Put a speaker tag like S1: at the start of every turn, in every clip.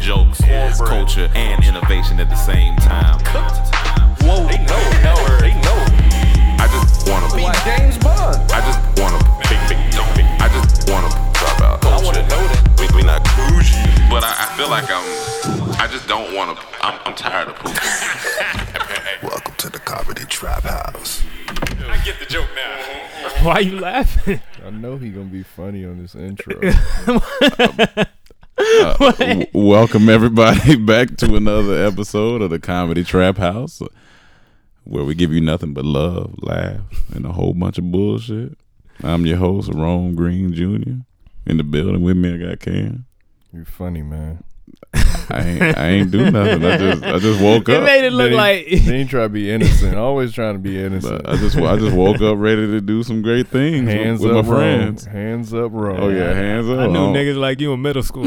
S1: jokes, culture, and innovation at the same time.
S2: Whoa. They know, know, they know.
S1: I just wanna be.
S2: Like James Bond.
S1: I just wanna big big no big. I just wanna drop out.
S2: I wanna know that.
S1: We, we not bougie, but I, I feel like I'm. I just don't wanna. I'm, I'm tired of pooping.
S3: Welcome to the Comedy Trap House.
S2: I get the joke now.
S4: Why you laughing?
S5: I know he gonna be funny on this intro. W- welcome everybody back to another episode of the Comedy Trap House, where we give you nothing but love, laugh, and a whole bunch of bullshit. I'm your host, Rome Green Jr. In the building with me, I got Cam.
S3: You're funny, man.
S5: I ain't, I ain't do nothing. I just I just woke
S4: It
S5: up.
S4: made it look
S3: They-
S4: like
S3: They ain't try to be innocent. Always trying to be innocent.
S5: But I just I just woke up ready to do some great things with-
S3: hands
S5: with,
S3: up,
S5: my friends.
S3: Rome. Hands up, Rome.
S5: Oh yeah, hands up.
S4: I knew
S5: Oh,
S4: niggas like you in middle school.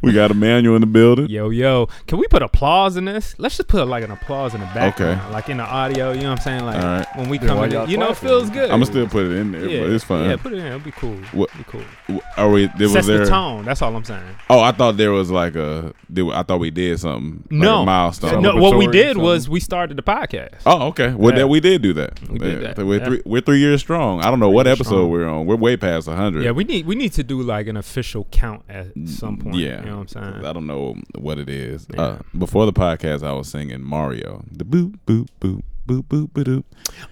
S5: We got Emmanuel in the building.
S4: yo, yo, can we put applause in this? Let's just put like an applause in the background,
S5: Okay.
S4: like in the audio. You know what I'm saying? Like
S5: All right.
S4: when we
S3: Then why
S4: come,
S3: y'all
S4: in, you know, it
S3: clapping?
S4: feels good.
S5: I'm gonna still put it in there, but it's fine.
S4: Yeah, put it in. It'll be cool.
S5: What-
S4: It'll be cool.
S5: W- Are we? There was
S4: Sets
S5: there.
S4: the tone. That's all I'm saying.
S5: Oh, I thought there was like a. There, wa- I thought we did something. like
S4: no
S5: a milestone.
S4: No, what we
S3: Celebratory
S4: did
S3: something.
S4: was we started the podcast.
S5: Oh, okay. Well,
S4: Yeah.
S5: that we did do that.
S4: We did that,
S5: We're
S4: yeah.
S5: three. We're three years strong. I don't know what
S4: years
S5: episode
S4: strong.
S5: we're on. We're way past hundred.
S4: Yeah, we need we need to do like an official count at some point.
S5: Yeah,
S4: you know what I'm
S5: I
S4: saying.
S5: don't know what it is.
S4: Yeah.
S5: Uh, before the podcast, I was singing Mario. The boop boop boop boop boop boop.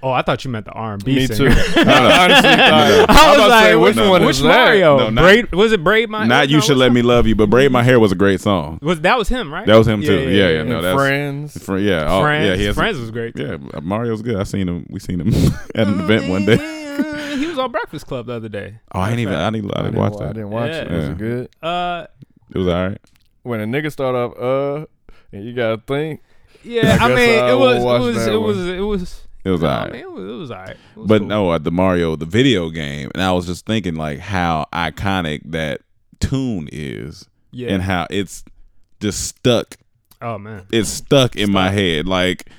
S4: Oh, I thought you meant the R&B.
S3: Me too.
S4: singer.
S3: I honestly thought.
S4: I
S3: I'm
S4: was
S3: about to
S4: like,
S3: say,
S4: which
S5: no,
S4: one?
S5: no.
S4: Which
S3: is that?
S4: Mario?
S5: No, not-
S4: Braid? Was it Braid? My
S5: Not
S4: no,
S5: you should
S4: what's
S5: let
S4: that?
S5: me love you, but braid my hair was a great song.
S4: Was that was him, right?
S5: That was him too. Yeah, yeah. no,
S3: And
S5: that's
S3: friends.
S5: Fr- yeah, oh,
S4: Friends,
S5: yeah. He has
S4: Friends was great.
S5: Yeah, Mario's good. I seen him. We seen him at an event one day.
S4: Oh, Yeah, he was on Breakfast Club the other day.
S5: Oh, I didn't even. I didn't. I didn't watch
S3: I
S5: that.
S3: didn't watch it.
S4: Yeah.
S3: Was
S5: Yeah.
S3: it good?
S4: Uh,
S5: It was all right.
S3: When a nigga start off, uh, and you gotta think.
S4: yeah,
S3: I
S4: I,
S3: guess
S4: mean,
S3: I
S4: it was, it
S3: won't watch
S4: was,
S3: that
S4: it
S3: one.
S4: was, it was,
S5: It was
S4: I
S5: alright.
S4: mean, it was, it was alright. It was
S5: But
S4: cool.
S5: no, at the Mario, the video game, and I was just thinking like how iconic that tune is,
S4: yeah.
S5: and how it's just stuck.
S4: oh man,
S5: It's stuck in my head. Like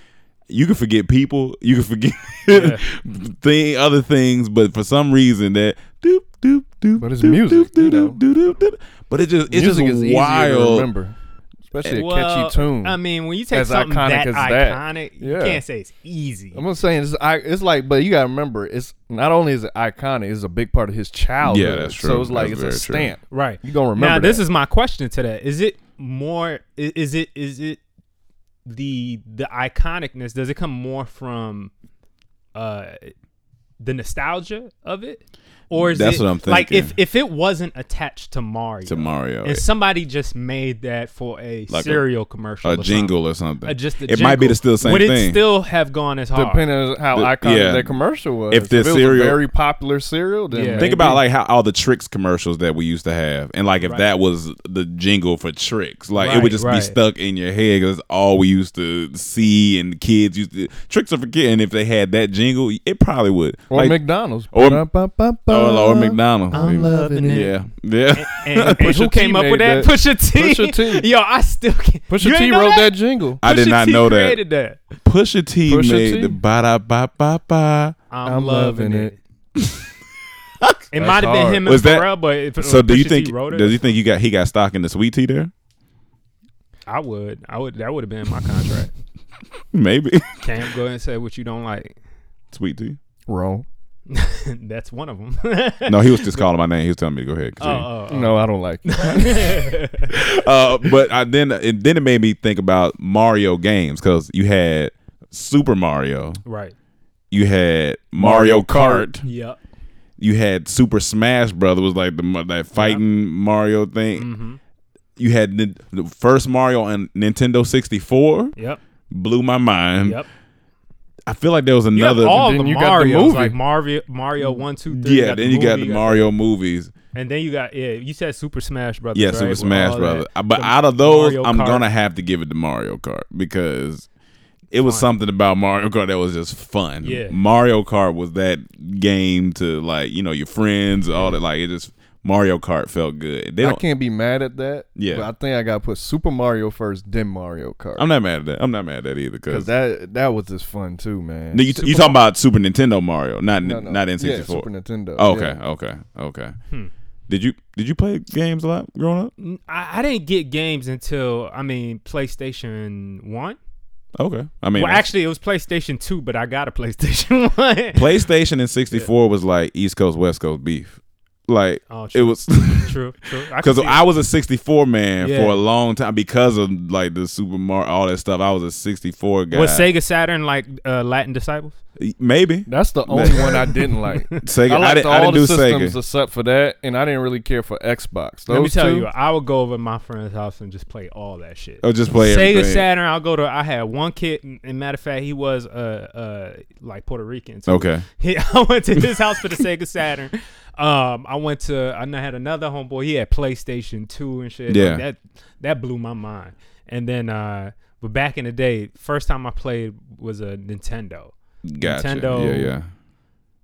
S5: you can forget people, you can forget
S4: Yeah.
S5: thing, other things, but for some reason that doop doop doop.
S3: But it's
S5: doop,
S3: music,
S5: Doop, doop,
S3: you know.
S5: doop, doop, doop, doop. But it just it's
S3: Music
S5: just
S3: is easier to
S5: wild.
S3: remember, especially a
S4: Well,
S3: catchy tune.
S4: I mean, when you take
S3: As
S4: something
S3: iconic
S4: that
S3: as that.
S4: iconic, you
S3: Yeah.
S4: can't say it's easy.
S3: I'm not saying it's, I, it's like, but you gotta remember, it's not only is it iconic, it's a big part of his childhood.
S5: Yeah, that's
S3: So
S5: true.
S3: it's like
S5: That's
S3: it's a
S5: very true.
S3: stamp.
S4: Right.
S3: You gonna remember?
S4: now, this
S3: that.
S4: is my question today. Is it more? i- Is it? Is it the the iconicness? Does it come more from uh the nostalgia of it, or is
S5: That's
S4: it
S5: what I'm
S4: like if
S5: thinking.
S4: if it wasn't attached to Mario,
S5: To Mario,
S4: and somebody just made that for a
S5: Like a-
S4: cereal commercial,
S5: a
S4: or something,
S5: jingle or something.
S4: uh, just a
S5: it might be the
S4: jingle,
S5: still same
S4: Would it
S5: thing.
S4: still have gone as hard?
S3: depending on how
S5: Oh, The-
S3: iconic
S5: yeah.
S3: that commercial was.
S5: If the
S3: it was a
S5: cereal-
S3: very popular cereal, then
S4: Yeah.
S5: Think
S3: maybe.
S5: about like how all the tricks commercials that we used to have, and like if that was the jingle for tricks, like it
S4: Right,
S5: would just be
S4: right.
S5: stuck in your head because all we used to see, and kids used to tricks are for kids. And if they had that jingle, it probably would
S3: or
S5: like,
S3: McDonald's
S5: or- Oh,
S3: Ba-da-ba-ba-ba.
S5: or, or
S4: Uh,
S5: McDonald's.
S4: I'm loving it.
S5: yeah, yeah.
S4: and, and
S3: Pusha
S4: who
S3: T
S4: came up
S3: made
S4: with that?
S3: that.
S4: Pusha T.
S3: Pusha T.
S4: Yo, I still can't. You
S3: Pusha
S4: ain't
S3: T
S4: know
S3: wrote that jingle.
S5: I did
S4: Pusha
S5: not
S4: T
S5: know that.
S4: created that.
S5: Pusha T
S3: Pusha
S5: made
S3: T.
S5: the ba da ba ba ba.
S4: I'm,
S3: I'm
S4: loving,
S3: loving
S4: it. it might have been
S3: hard.
S4: him
S5: Was
S4: and
S5: that-
S4: Pharrell, but if,
S5: So
S4: if
S5: do you
S4: Pusha T
S5: think?
S4: wrote it,
S5: Does you think you got he got stock in the sweet tea there?
S4: I would, I would, that would have been my contract.
S5: Maybe
S4: Cam, go ahead and say what you don't like.
S5: sweet tea.
S3: Wrong.
S4: That's one of them. oh,
S5: No, he was just calling my name. He was telling me to go ahead. continue.
S4: oh, oh.
S3: No, I don't like. it.
S5: uh, but I then it then it made me think about Mario games because you had Super Mario,
S4: right.
S5: you had Mario, Kart,
S4: Yep.
S5: you had Super Smash Brother was like the mo- that fighting Mario thing. You had nin- the first Mario on Nintendo sixty four
S4: Yep.
S5: blew my mind.
S4: Yep.
S5: I feel like there was
S4: You
S5: another.
S4: got all
S3: then
S4: the
S3: you got the
S4: Mario,
S3: movie.
S4: like Mario, Mario one, two, three.
S5: yeah, then you got the
S4: movie,
S5: Mario movies.
S4: and then you got yeah. You said Super Smash Brothers.
S5: Yeah,
S4: right?
S5: Super
S4: With
S5: Smash
S4: all
S5: Brothers.
S4: that.
S5: But
S4: The
S5: out of those,
S4: Mario
S5: I'm
S4: Kart.
S5: gonna have to give it to Mario Kart because it was something about Mario Kart that was just fun.
S4: Yeah.
S5: Mario Kart was that game to like you know your friends all that like it just Mario Kart felt good. They
S3: I
S5: don't.
S3: can't be mad at that.
S5: Yeah.
S3: but I think I gotta put Super Mario first, then Mario Kart.
S5: I'm not mad at that. I'm not mad at that either
S3: Cause
S5: because
S3: that that was just fun too, man.
S5: you you talking about Super Nintendo Mario, not
S3: No, no.
S5: not N64.
S3: Yeah, Super Nintendo.
S5: Oh, okay,
S3: Yeah.
S4: Hmm.
S5: okay, okay. Did you did you play games a lot growing up?
S4: N- I, I didn't get games until I mean PlayStation One.
S5: Okay, I mean
S4: Well, actually, it was PlayStation Two, but I got a PlayStation One.
S5: PlayStation and sixty four was like East Coast West Coast beef. Like
S4: Oh,
S5: it
S4: true.
S5: was
S4: true, true. I can
S5: because
S4: see
S5: I was a sixty four man
S4: Yeah.
S5: for a long time because of like the Super Mario all that stuff. I was a sixty four
S4: it.
S5: guy.
S4: was Sega Saturn like uh, Latin Disciples?
S5: Maybe
S3: That's the only one I didn't like.
S5: Sega.
S3: I
S5: I,
S3: liked
S5: didn't,
S3: all
S5: I didn't
S3: the
S5: do
S3: systems
S5: Sega.
S3: except for that, and I didn't really care for Xbox. Those
S4: Let me tell
S3: two,
S4: you, I would go over to my friend's house and just play all that shit.
S5: I'll just play
S4: Sega
S5: everything.
S4: Saturn. I'll go to. I had one kid, and- and matter of fact, he was uh uh like Puerto Rican. So
S5: Okay.
S4: he, I went to his house for the Sega Saturn. Um, I went to. I kn- had another homeboy. He had PlayStation Two and shit. Like,
S5: Yeah.
S4: that that blew my mind. And then, uh, but back in the day, first time I played was a Nintendo.
S5: Gotcha.
S4: Nintendo.
S5: Yeah, yeah,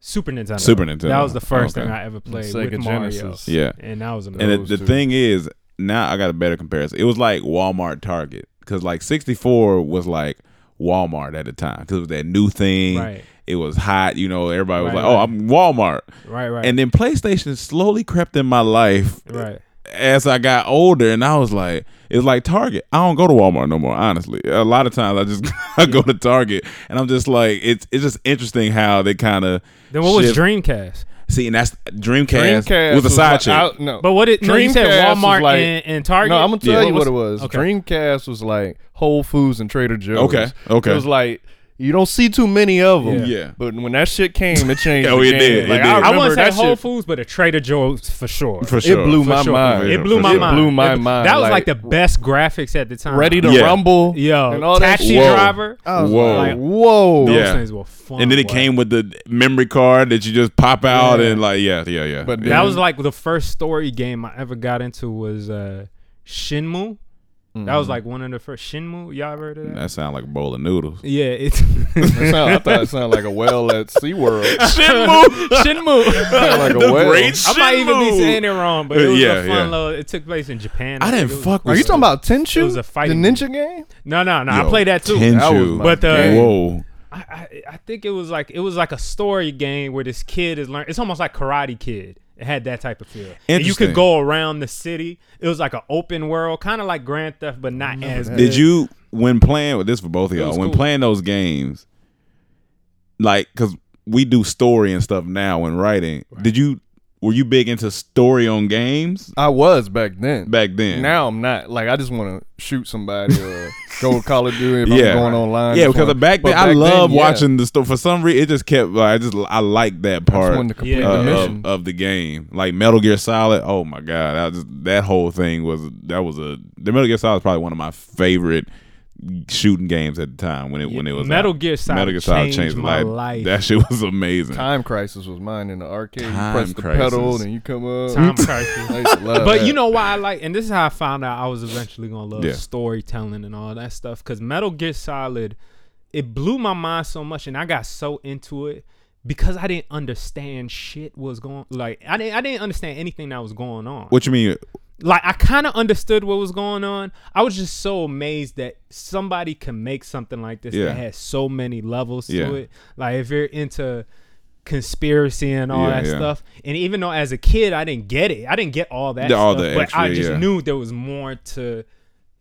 S4: Super Nintendo.
S5: Super Nintendo.
S4: That was the first
S5: Okay.
S4: thing I ever played
S3: Sega
S4: with Mario.
S3: Genesis.
S5: yeah.
S4: And that was amazing.
S5: And it, the thing is, now I got a better comparison. It was like Walmart Target because like 64 was like Walmart at the time because it was that new thing.
S4: Right.
S5: It was hot. You know, everybody was
S4: Right,
S5: like, "Oh,
S4: right.
S5: I'm Walmart."
S4: Right, right.
S5: And then PlayStation slowly crept in my life
S4: right.
S5: as I got older, and I was like, "It's like Target. I don't go to Walmart no more." Honestly, a lot of times I just I go to Target, and I'm just like, "It's it's just interesting how they kind of."
S4: Then what was Dreamcast?
S5: See, and that's Dreamcast,
S3: Dreamcast
S5: was a side
S3: like-
S5: chick.
S3: I- no,
S4: But what it no, you said
S3: Dreamcast was
S4: Walmart
S3: like-
S4: and, and Target.
S3: No, I'm gonna tell
S5: Yeah.
S3: you
S4: was-
S3: what it was.
S4: okay.
S3: Dreamcast was like Whole Foods and Trader Joe's.
S5: Okay, okay.
S3: It was like you don't see too many of them.
S5: Yeah. Yeah.
S3: But when that shit came, it changed.
S5: Oh,
S3: the
S5: it
S3: game.
S5: did, it
S3: Like,
S5: did. I
S3: I,
S5: wouldn't
S4: I
S3: remember
S4: wouldn't say
S3: that
S4: Whole
S3: shit.
S4: Foods, but a Trader Joe's for sure.
S5: for
S3: It
S5: sure.
S3: blew my
S4: sure.
S3: mind.
S5: Yeah,
S4: It blew
S5: for
S4: my
S5: sure.
S4: mind.
S3: Blew my
S4: It-
S3: mind,
S4: That was
S3: like-
S4: like the best graphics at the time.
S3: Ready to
S5: Yeah.
S3: rumble.
S4: Yo,
S3: and all that.
S4: taxi
S3: shit.
S5: Whoa.
S4: driver.
S3: I was
S5: Whoa.
S3: like, whoa.
S4: Those
S5: Yeah.
S4: things were fun.
S5: and then it
S4: boy.
S5: came with the memory card that you just pop out and like yeah yeah yeah
S3: But
S5: yeah.
S4: That was like the first story game I ever got into was uh, Shinmu. That
S5: Mm-hmm.
S4: was like one of the first Shinmu. Y'all ever heard of that?
S5: that sound like a bowl of noodles
S4: Yeah, it's
S3: It sound- I thought it sounded like a whale at SeaWorld.
S5: Shinmu
S4: Shinmu.
S3: Sounded like a
S5: The
S3: whale.
S5: great
S4: I might even be
S5: Shinmu. Uh,
S4: saying it wrong, but it was
S5: Yeah,
S4: a fun
S5: yeah.
S4: little. It took place in Japan.
S5: I
S4: think
S5: didn't
S4: it was-
S5: fuck with
S3: Are you talking about Tenchu?
S4: It was a fighting
S3: The ninja game?
S4: No, no, no.
S5: Yo,
S4: I played that too.
S5: Tenchu.
S3: That was my
S4: But, uh,
S3: game.
S5: whoa
S4: I, I, I think it was like it was like a story game where this kid is learning. It's almost like Karate Kid. It had that type of feel. And you
S5: Interesting.
S4: could go around the city. It was like an open world, kind of like Grand Theft, but not as. Good.
S5: did you when playing with this for both of
S4: was
S5: y'all when
S4: cool.
S5: playing those games like because we do story and stuff now when writing did you were you big into story on games
S3: I was back then.
S5: back then
S3: Now I'm not. Like I just want to shoot somebody or go to Call of Duty if
S5: yeah,
S3: I'm going online.
S5: Yeah,
S3: Just
S5: because
S3: wanna-
S5: back
S3: but
S5: then I love
S3: yeah.
S5: watching the story. For some reason, it just kept. Like, I just I like that
S3: I
S5: part.
S3: just wanted to complete
S4: Yeah.
S5: uh,
S3: the
S5: of-
S3: mission.
S5: Of, the game. Like Metal Gear Solid. Oh my god, I just, that whole thing was that was a the Metal Gear Solid is probably one of my favorite shooting games at the time when it when it was
S4: Metal
S5: out.
S4: Gear Solid changed my life.
S5: That shit was amazing.
S3: Time Crisis was mine in the arcade.
S5: Time
S3: you press the
S5: Crisis.
S3: pedal and you come up.
S4: Time Crisis.
S3: I used to love
S4: But
S3: that.
S4: you know why I like, and this is how I found out I was eventually gonna love
S5: Yeah.
S4: storytelling and all that stuff. Cause Metal Gear Solid, it blew my mind so much, and I got so into it because I didn't understand shit was going. Like I didn't, I didn't understand anything that was going on.
S5: What you mean?
S4: Like I kind of understood what was going on. I was just so amazed that somebody can make something like this
S5: Yeah.
S4: that has so many levels
S5: Yeah.
S4: to it. Like if you're into conspiracy and all
S5: Yeah,
S4: that
S5: yeah.
S4: stuff. And even though as a kid I didn't get it, I didn't get all that.
S5: The- all
S4: stuff,
S5: the
S4: but I
S5: extra,
S4: just
S5: yeah.
S4: knew there was more to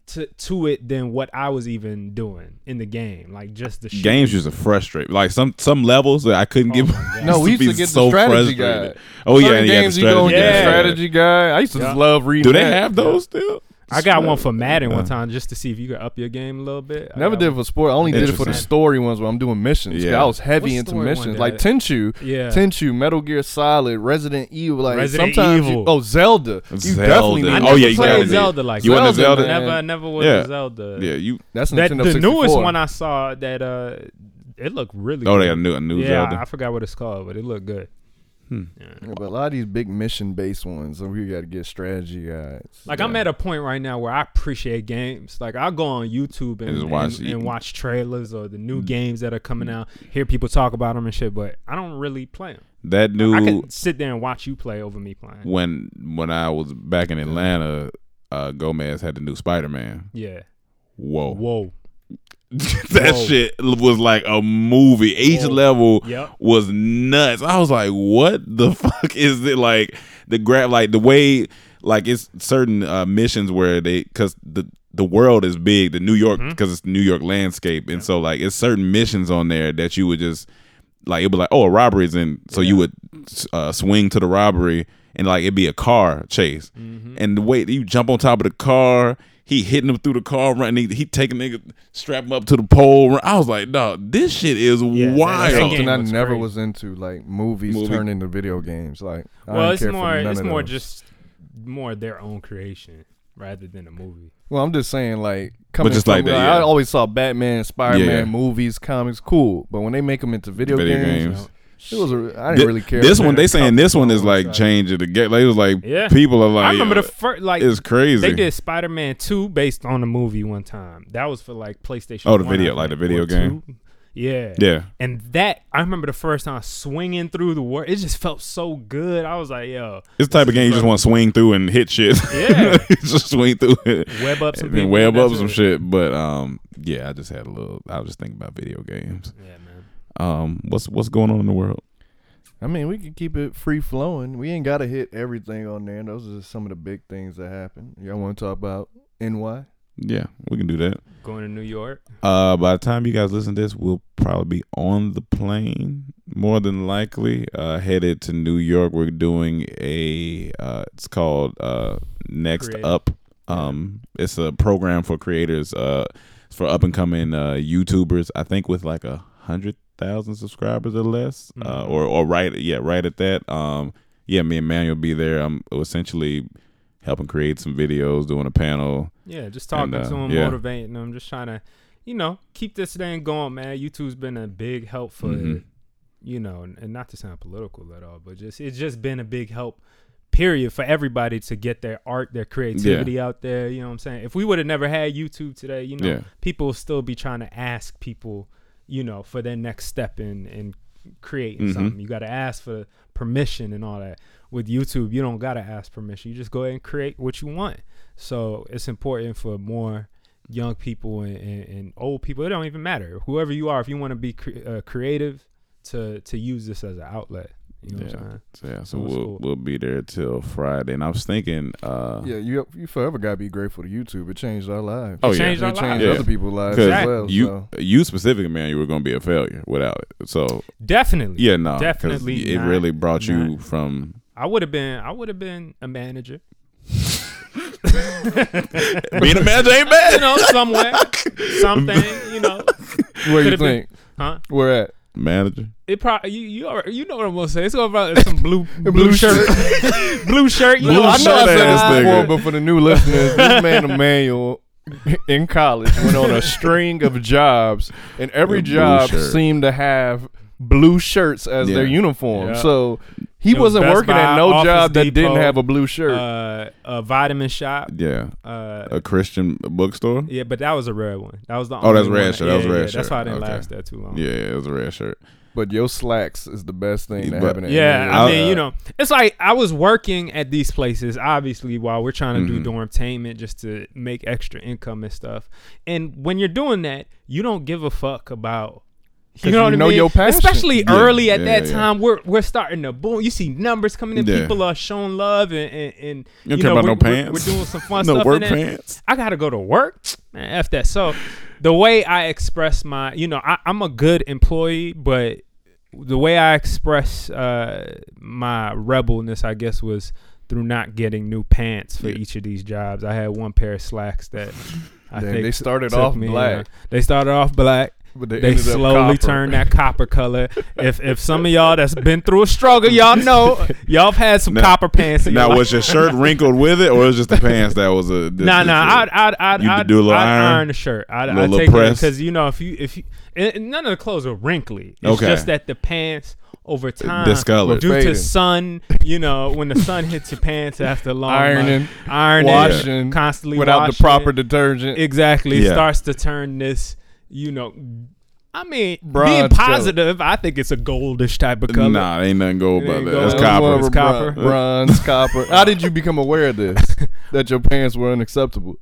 S4: to to it than what I was even doing in the game. Like just the shit.
S5: Games used to frustrate. Like some some levels that I couldn't
S4: Oh,
S5: get.
S3: No, we used to get the strategy guide.
S5: Oh yeah,
S3: Certain
S5: yeah, the
S3: games you go and
S5: strategy.
S3: get
S5: guide.
S3: the
S4: Yeah.
S3: strategy guy. I used to just love reading.
S5: Do they
S3: that.
S5: have those still?
S4: I got one for Madden one time just to see if you could up your game a little bit. I
S3: Never
S4: got
S3: did
S4: one-
S3: for sport. I only did it for the
S5: Interesting.
S3: story ones where I'm doing missions.
S5: Yeah.
S3: Yeah. I was heavy
S4: What
S3: into
S4: story one
S3: missions.
S4: did
S3: Like
S4: I-
S3: Tenchu,
S4: Yeah.
S3: Tenchu, Metal Gear Solid, Resident Evil. Like
S4: Resident
S3: sometimes you-
S4: Evil.
S3: oh Zelda. You
S5: Zelda.
S3: definitely
S4: I
S5: I
S3: need
S4: never
S5: Oh,
S4: oh
S5: yeah,
S4: yeah,
S5: you
S4: played
S5: gotta-
S4: Zelda like
S5: you
S4: that.
S5: want a Zelda?
S4: Never, I never was
S5: Yeah.
S4: a Zelda.
S5: Yeah, you.
S3: That's
S4: That
S3: Nintendo
S4: the
S3: 64.
S4: newest one I saw that uh, it looked really.
S5: Oh,
S4: good.
S5: they got a new, a new
S4: yeah, I, I
S5: Zelda.
S4: forgot what it's called, but it looked good.
S3: Yeah, but a lot of these big mission based ones, so we got to get strategy guides.
S4: Like I'm at a point right now where I appreciate games. Like I'll go on YouTube and,
S5: just
S4: and,
S5: watch-
S4: watch, and, watch trailers or the
S3: Mm.
S4: new games that are coming out. Hear people talk about them and shit, but I don't really play them.
S5: That
S4: I
S5: new
S4: could sit there and watch you play over me playing.
S5: when when I was back in Atlanta, uh, Gomez had the new Spider Man.
S4: Yeah.
S5: Whoa.
S4: Whoa.
S5: that
S4: Whoa.
S5: shit was like a movie. Each
S4: Whoa.
S5: level
S4: Yep.
S5: was nuts. I was like, what the fuck is it? Like the grab, like the way, like it's certain uh, missions where they, cause the the world is big, the New York,
S4: Mm-hmm.
S5: because it's New York landscape, and so like it's certain missions on there that you would just like it'd be like, oh, a robbery's in, so you would uh, swing to the robbery, and like it'd be a car chase,
S4: Mm-hmm.
S5: and the way that you jump on top of the car, he hitting him through the car, running, he, he taking nigga, strap him up to the pole. run- I was like, dog, this shit is
S4: that-
S5: wild.
S4: that
S3: Something
S4: game
S3: I
S4: looks
S3: never
S4: great.
S3: was into, like movies
S5: Movie.
S3: turned into video games. Like, I
S4: well,
S3: didn't
S4: it's
S3: care for
S4: more
S3: none
S4: it's
S3: of
S4: more
S3: those.
S4: just more their own creation rather than a movie.
S3: Well, I'm just saying, like, coming
S5: just
S3: from-
S5: like that,
S3: like,
S5: yeah.
S3: I always saw Batman, Spider Man,
S5: Yeah.
S3: movies, comics, cool. But when they make them into video,
S5: Video
S3: games,
S5: games.
S3: it was a, I didn't
S5: Thi-
S3: really care.
S5: This
S3: for
S5: one,
S3: that.
S5: they saying this one is like changing the game. Like it was like
S4: Yeah.
S5: people are like,
S4: I remember
S5: uh,
S4: the first like
S5: it's crazy.
S4: they did Spider Man Two based on a movie one time. That was for like PlayStation.
S5: Oh, the
S4: 1, I
S5: video- like the
S4: think,
S5: video
S4: or
S5: game?
S4: 2. Yeah.
S5: Yeah.
S4: And that I remember the first time swinging through the world. It just felt so good. I was like, yo,
S5: It's the type of game you just want to swing through and hit shit.
S4: Yeah.
S5: just swing through it.
S4: Web up some
S5: and then
S4: people,
S5: web up
S4: that's
S5: some
S4: it.
S5: shit. But um, yeah, I just had a little. I was just thinking about video games.
S4: yeah, man.
S5: Um, what's what's going on in the world?
S3: I mean, we can keep it free flowing. We ain't got to hit everything on there. Those are just some of the big things that happen. Y'all want to talk about
S5: Uh.
S3: NY?
S5: Yeah, we can do that.
S4: Going to New York.
S5: Uh, by the time you guys listen to this, we'll probably be on the plane, more than likely, uh, headed to New York. We're doing a, uh, it's called uh, Next
S4: Creative.
S5: Up. Um, it's a program for creators, uh, for up and coming uh, YouTubers. I think with like a hundred thousand subscribers or less, uh, or or right, yeah, right at that. Um, yeah, me and Manuel be there. I'm essentially helping create some videos, doing a panel.
S4: Yeah, just talking
S5: uh,
S4: to them,
S5: yeah.
S4: motivating them, just trying to, you know, keep this thing going, man. YouTube's been a big help for,
S5: Mhm.
S4: you know, and and not to sound political at all, but just it's just been a big help, period, for everybody to get their art, their creativity out there. You know what I'm saying? If we would have never had YouTube today, you know,
S5: Yeah.
S4: people would still be trying to ask people, you know, for their next step in in
S5: Mm-hmm.
S4: creating something. You got to ask for permission and all that. With YouTube, you don't got to ask permission. You just go ahead and create what you want. So it's important for more young people and, and, and old people. It don't even matter. Whoever you are, if you want to be cre- uh, creative, to to use this as an outlet. You know what I'm
S5: Yeah,
S4: saying?
S5: so, yeah, so
S4: Oh, That's
S5: we'll
S4: cool.
S5: we'll be there till Friday. And I was thinking, uh,
S3: Yeah, you you forever gotta be grateful to YouTube. It changed our lives.
S5: oh
S4: It
S5: yeah,
S4: changed our
S3: it changed
S5: lives.
S3: other people's lives
S5: because
S3: as well.
S5: you
S3: so.
S5: you specifically, man, you were going to be a failure without it. So
S4: Definitely.
S5: yeah, no, 'cause
S4: Definitely
S5: It
S4: not-
S5: really brought you
S4: not.
S5: from.
S4: I would have been. I would have been a manager.
S5: Being a manager
S4: You
S5: ain't bad.
S4: know, somewhere, something. You know,
S3: Where you
S4: could've been-
S3: think?
S4: huh?
S3: We're at?
S5: Manager.
S4: It probably you you alre- you know what I'm gonna say. It's about some blue blue, shirt, blue shirt. You
S5: Blue
S4: know, I know I
S5: shirt
S4: said
S5: ass
S4: it
S5: nigga.
S4: before,
S3: Well, but for the new listeners, this man Emmanuel in college went on a string of jobs, and every
S5: A blue
S3: job
S5: shirt.
S3: seemed to have blue shirts as their
S5: Yeah.
S3: uniform.
S4: Yeah.
S3: So he
S4: It was
S3: wasn't
S4: Best
S3: working
S4: Buy,
S3: at no
S4: Office
S3: job that
S4: Depot,
S3: didn't have a blue shirt.
S4: uh, a vitamin shop.
S5: Yeah,
S4: Uh,
S5: a Christian bookstore.
S4: yeah, but that was a red one. That was the
S5: Oh, that's
S4: only
S5: red
S4: one.
S5: shirt. That was
S4: Yeah,
S5: red
S4: yeah, That's
S5: shirt.
S4: why I didn't
S5: Okay.
S4: last that too long.
S5: Yeah, it was a red shirt.
S3: but your slacks is the best thing that
S5: But-
S3: happened. at
S4: Yeah,
S3: NAU.
S4: I
S5: I-
S4: mean, you know, it's like I was working at these places, obviously, while we're trying to do
S5: Mm-hmm.
S4: dormtainment just to make extra income and stuff. And when you're doing that, you don't give a fuck about. You
S3: 'Cause
S4: know
S3: you
S4: what I
S3: know
S4: mean?
S3: your passion.
S4: Especially
S5: Yeah,
S4: early at
S5: yeah,
S4: that
S5: yeah.
S4: time, we're we're starting to boom. You see numbers coming in.
S5: Yeah.
S4: People are shown love, and and, and
S5: You don't care
S4: know,
S5: about no
S4: we're- we're-
S5: pants.
S4: We're, doing some fun
S5: no
S4: stuff. and
S5: work
S4: then-
S5: pants.
S4: I gotta go to work. Man, F that. So the way I express my, you know, I, I'm a good employee, but the way I express uh, my rebelness, I guess, was through not getting new pants for
S5: Yeah.
S4: each of these jobs. I had one pair of slacks that I
S3: They-
S4: think
S3: they started
S4: took
S3: off
S4: me, uh,
S3: black.
S4: they started off black.
S3: But
S4: They,
S3: they ended up
S4: slowly
S3: copper.
S4: turned that copper color. If if some of y'all that's been through a struggle, y'all know y'all have had some
S5: Now-
S4: copper pants. in your
S5: Now
S4: life.
S5: was your shirt wrinkled with it, or was just the pants that was a?
S4: No, no, I'd, I'd, I'd,
S5: You
S4: I'd,
S5: do a little
S4: I'd
S5: iron?
S4: iron, the shirt. I'd,
S5: Little-
S4: I'd
S5: little
S4: take
S5: press?
S4: because you know if you if you and, and none of the clothes are wrinkly. It's
S5: Okay.
S4: just that the pants over time
S5: discolored.
S4: due
S3: Fading.
S4: to sun. You know when the sun hits your pants after a long
S3: Ironing,
S4: like, ironing,
S3: washing
S4: constantly
S3: without the
S4: washing.
S3: proper detergent.
S4: exactly it
S5: Yeah.
S4: starts to turn this. You know, I mean, being
S3: Bronze
S4: positive, I think it's a goldish type of color.
S5: Nah, ain't nothing gold
S4: It
S5: about
S4: ain't
S5: that.
S4: gold.
S5: That's
S4: It's
S5: copper.
S4: It's
S3: copper,
S4: copper.
S3: bron- bronze, copper. How did you become aware of this? That your pants were unacceptable.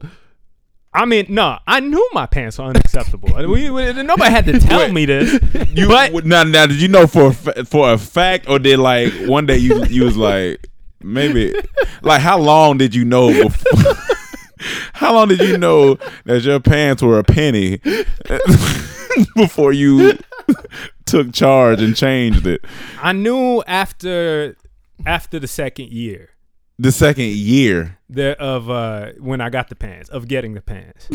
S4: I mean, no, I knew my pants were unacceptable. And we, we- nobody had to tell me this.
S5: You
S4: but
S5: would- now, now did you know for a fa- for a fact, or did like one day you you was like maybe like how long did you know before? how long did you know that your pants were a penny before you took charge and changed it?
S4: I knew after after the second year
S5: The second year,
S4: there of uh, when I got the pants of getting the pants,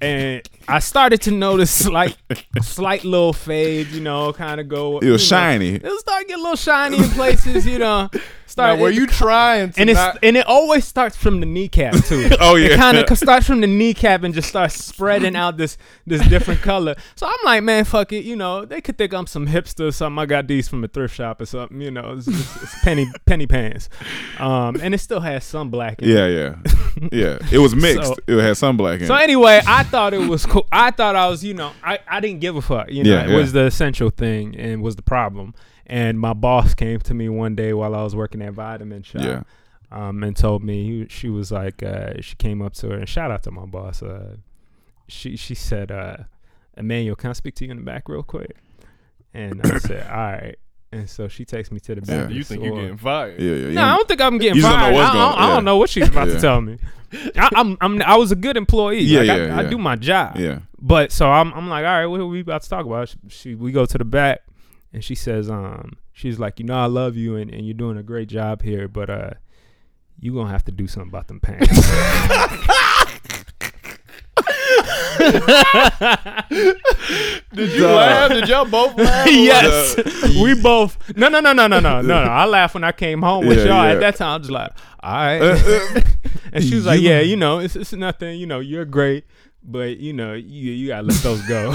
S4: and I started to notice slight slight little fades. You know, kind of go.
S5: it was
S4: you know.
S5: shiny.
S4: It'll start getting a little shiny in places. You know, start
S3: Now, were you trying to
S4: and it's
S3: not-
S4: and it always starts from the kneecap too.
S5: Oh, yeah.
S4: it kind of starts from the kneecap and just starts spreading out this this different color. So I'm like, man, fuck it, you know, they could think I'm some hipster or something. I got these from a thrift shop or something, you know, it's, it's, it's penny penny pants, um, and it still has some black. In it.
S5: Yeah, yeah, yeah. It was mixed.
S4: So-
S5: it had some black in
S4: So
S5: it.
S4: anyway, I thought it was cool. I thought I was, you know, I, I didn't give a fuck. You know,
S5: Yeah,
S4: it
S5: yeah.
S4: was the essential thing and was the problem. And my boss came to me one day while I was working at Vitamin Shop
S5: Yeah.
S4: um, and told me she was like uh, she came up to her and shout out to my boss. Uh, she she said, uh, "Emmanuel, can I speak to you in the back real quick?" And I said, "All right." And so she takes me to the back.
S5: Yeah.
S3: you think you're
S4: store.
S3: getting fired?
S5: Yeah, yeah.
S4: No, I don't think I'm getting
S5: You just don't
S4: fired.
S5: know what's
S4: I, don't-
S5: going-
S4: I
S5: yeah.
S4: don't know what she's about
S5: Yeah.
S4: to tell me. I, I'm, I'm I was a good employee.
S5: Yeah,
S4: Like, I-
S5: yeah,
S4: I,
S5: yeah.
S4: do my job.
S5: yeah.
S4: But so I'm I'm like, all right, what are we about to talk about? She, she we go to the back, and she says, um, she's like, you know, I love you, and, and you're doing a great job here, but uh, you gonna have to do something about them pants.
S3: Did you
S5: Duh.
S3: laugh? Did y'all both laugh?
S4: yes,
S5: Uh,
S4: we both. No, no, no, no, no, no, no, no. I laughed when I came home with
S5: Yeah,
S4: y'all.
S5: yeah.
S4: At that time, I was like, all
S5: uh,
S4: right. and she was like, yeah, you know, it's it's nothing. You know, you're great, but you know, you you gotta let those go.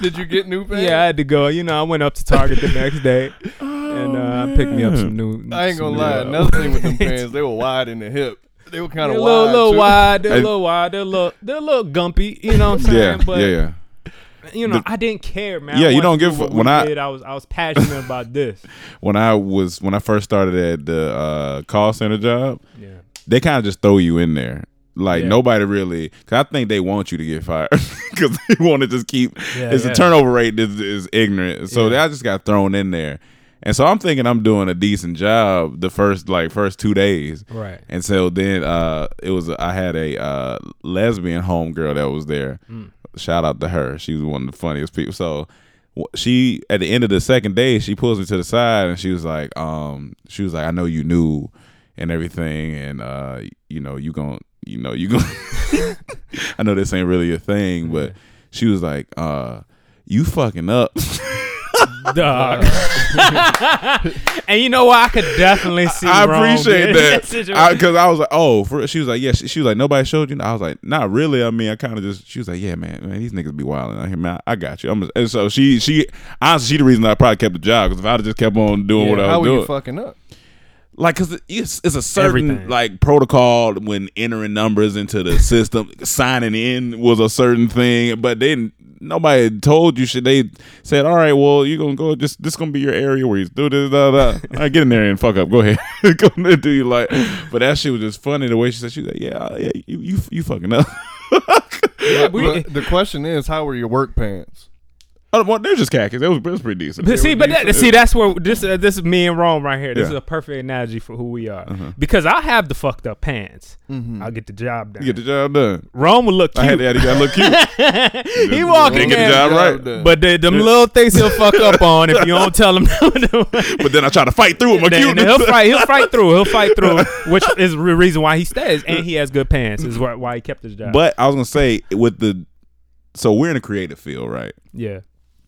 S3: Did you get new pants?
S4: Yeah, I had to go. You know, I went up to Target the next day and uh, I picked me up some new.
S3: I ain't gonna
S4: some
S3: lie.
S4: new, uh,
S3: Another thing with them pants, they were wide in the hip. They were kind
S4: They're
S3: of
S4: a
S3: wide.
S4: little, little
S3: too.
S4: wide. They're a
S5: I-
S4: little wide. They're a little, they're a little gumpy. You know what I'm
S5: yeah,
S4: saying? but
S5: yeah, yeah.
S4: you know, I didn't care, man.
S5: Yeah,
S4: I
S5: you
S4: wanted
S5: don't
S4: to
S5: give
S4: do
S5: a-
S4: what we
S5: when I-
S4: did, I was, I was passionate about this.
S5: When I was when I first started at the uh, call center job,
S4: Yeah.
S5: they kind of just throw you in there. Like
S4: Yeah.
S5: nobody really, cause I think they want you to get fired because they want to just keep.
S4: Yeah,
S5: it's
S4: yeah.
S5: the turnover rate is, is ignorant, so
S4: Yeah.
S5: I just got thrown in there, and so I'm thinking I'm doing a decent job the first like first two days,
S4: Right.
S5: and so then uh, it was I had a uh, lesbian homegirl that was there. Shout out to her. She was one of the funniest people. So w- she at the end of the second day, she pulls me to the side and she was like, um, she was like, I know you knew and everything, and uh, you know you gon' you know you gon' I know this ain't really your thing, but she was like, uh, you fucking up.
S4: Dog. and you know what? I could definitely see.
S5: I
S4: wrong
S5: appreciate
S4: in
S5: that
S4: situation.
S5: because I, was like, oh, for, real? she was like, yeah, she, she was like, nobody showed you. And I was like, not really. I mean, I kind of just. She was like, yeah, man, man, these niggas be wilding. I, man, I, I got you. I'm just, and so she, she, honestly, she the reason I probably kept the job because if I'd have just kept on doing what I
S3: How
S5: was
S3: were
S5: doing,
S3: you fucking up?
S5: like, because it's, it's a certain
S4: Everything.
S5: like protocol when entering numbers into the system, signing in was a certain thing, but then. Nobody told you shit. They said, "All right, well, you're gonna go. Just this gonna be your area where you do this, da da." All right, get in there and fuck up. Go ahead, go in there, do you like? But that shit was just funny the way she said. She was like, "Yeah, uh, yeah, you you, you fucking up."
S4: we-
S3: But the question is, how were your work pants?
S5: oh, well, they're just khakis. That was, that was pretty decent.
S4: But see, but that, see, that's where this uh, this is me and Rome right here. This
S5: Yeah. Uh-huh.
S4: is a perfect analogy for who we are because I have the fucked up pants. I'll get the job done.
S5: You get the job done.
S4: Rome will look
S5: I had to,
S4: cute.
S5: had to get look cute.
S4: he walking
S5: Didn't get
S4: in,
S5: the job
S3: Job
S5: right.
S3: done.
S4: but the, them little things he'll fuck up on if you don't tell him.
S5: But then I try to fight through with my
S4: then,
S5: cuteness.
S4: he'll fight. He'll fight through. He'll fight through, which is the reason why he stays and he has good pants. Is why, why he kept his job.
S5: But I was gonna say with the so we're in a creative field, right?
S4: yeah,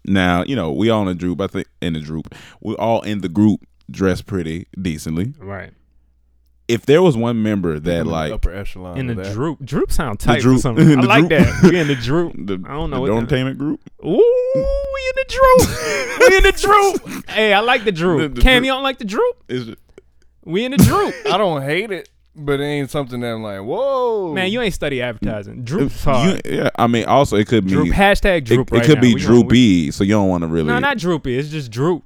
S5: Now, you know, we all in a droop, I think in a droop. We're all in the group dressed pretty decently.
S4: right.
S5: If there was one member that like
S3: upper echelon
S4: In the
S3: of that.
S4: droop, droop sound tight.
S5: droop.
S4: Or something.
S5: In
S4: I
S5: the
S4: like
S5: droop.
S4: that. We in the droop.
S5: the,
S4: I don't know
S5: the
S4: what the-
S5: entertainment group.
S4: Ooh, we in the droop. we in the droop. Hey, I like the droop. Oh.
S5: The- the
S4: Cam,
S5: droop.
S4: you don't like the droop?
S5: Is
S4: We in the droop.
S3: I don't hate it, but it ain't something that I'm like, whoa.
S4: Man, you ain't study advertising. Droop's
S5: you,
S4: hard.
S5: yeah, I mean also it could be
S4: droop. Hashtag
S5: it,
S4: droop.
S5: it
S4: right
S5: could
S4: now.
S5: be E,
S4: We gonna- we-
S5: droopy, so you don't want to really
S4: No, not droopy. It's just droop.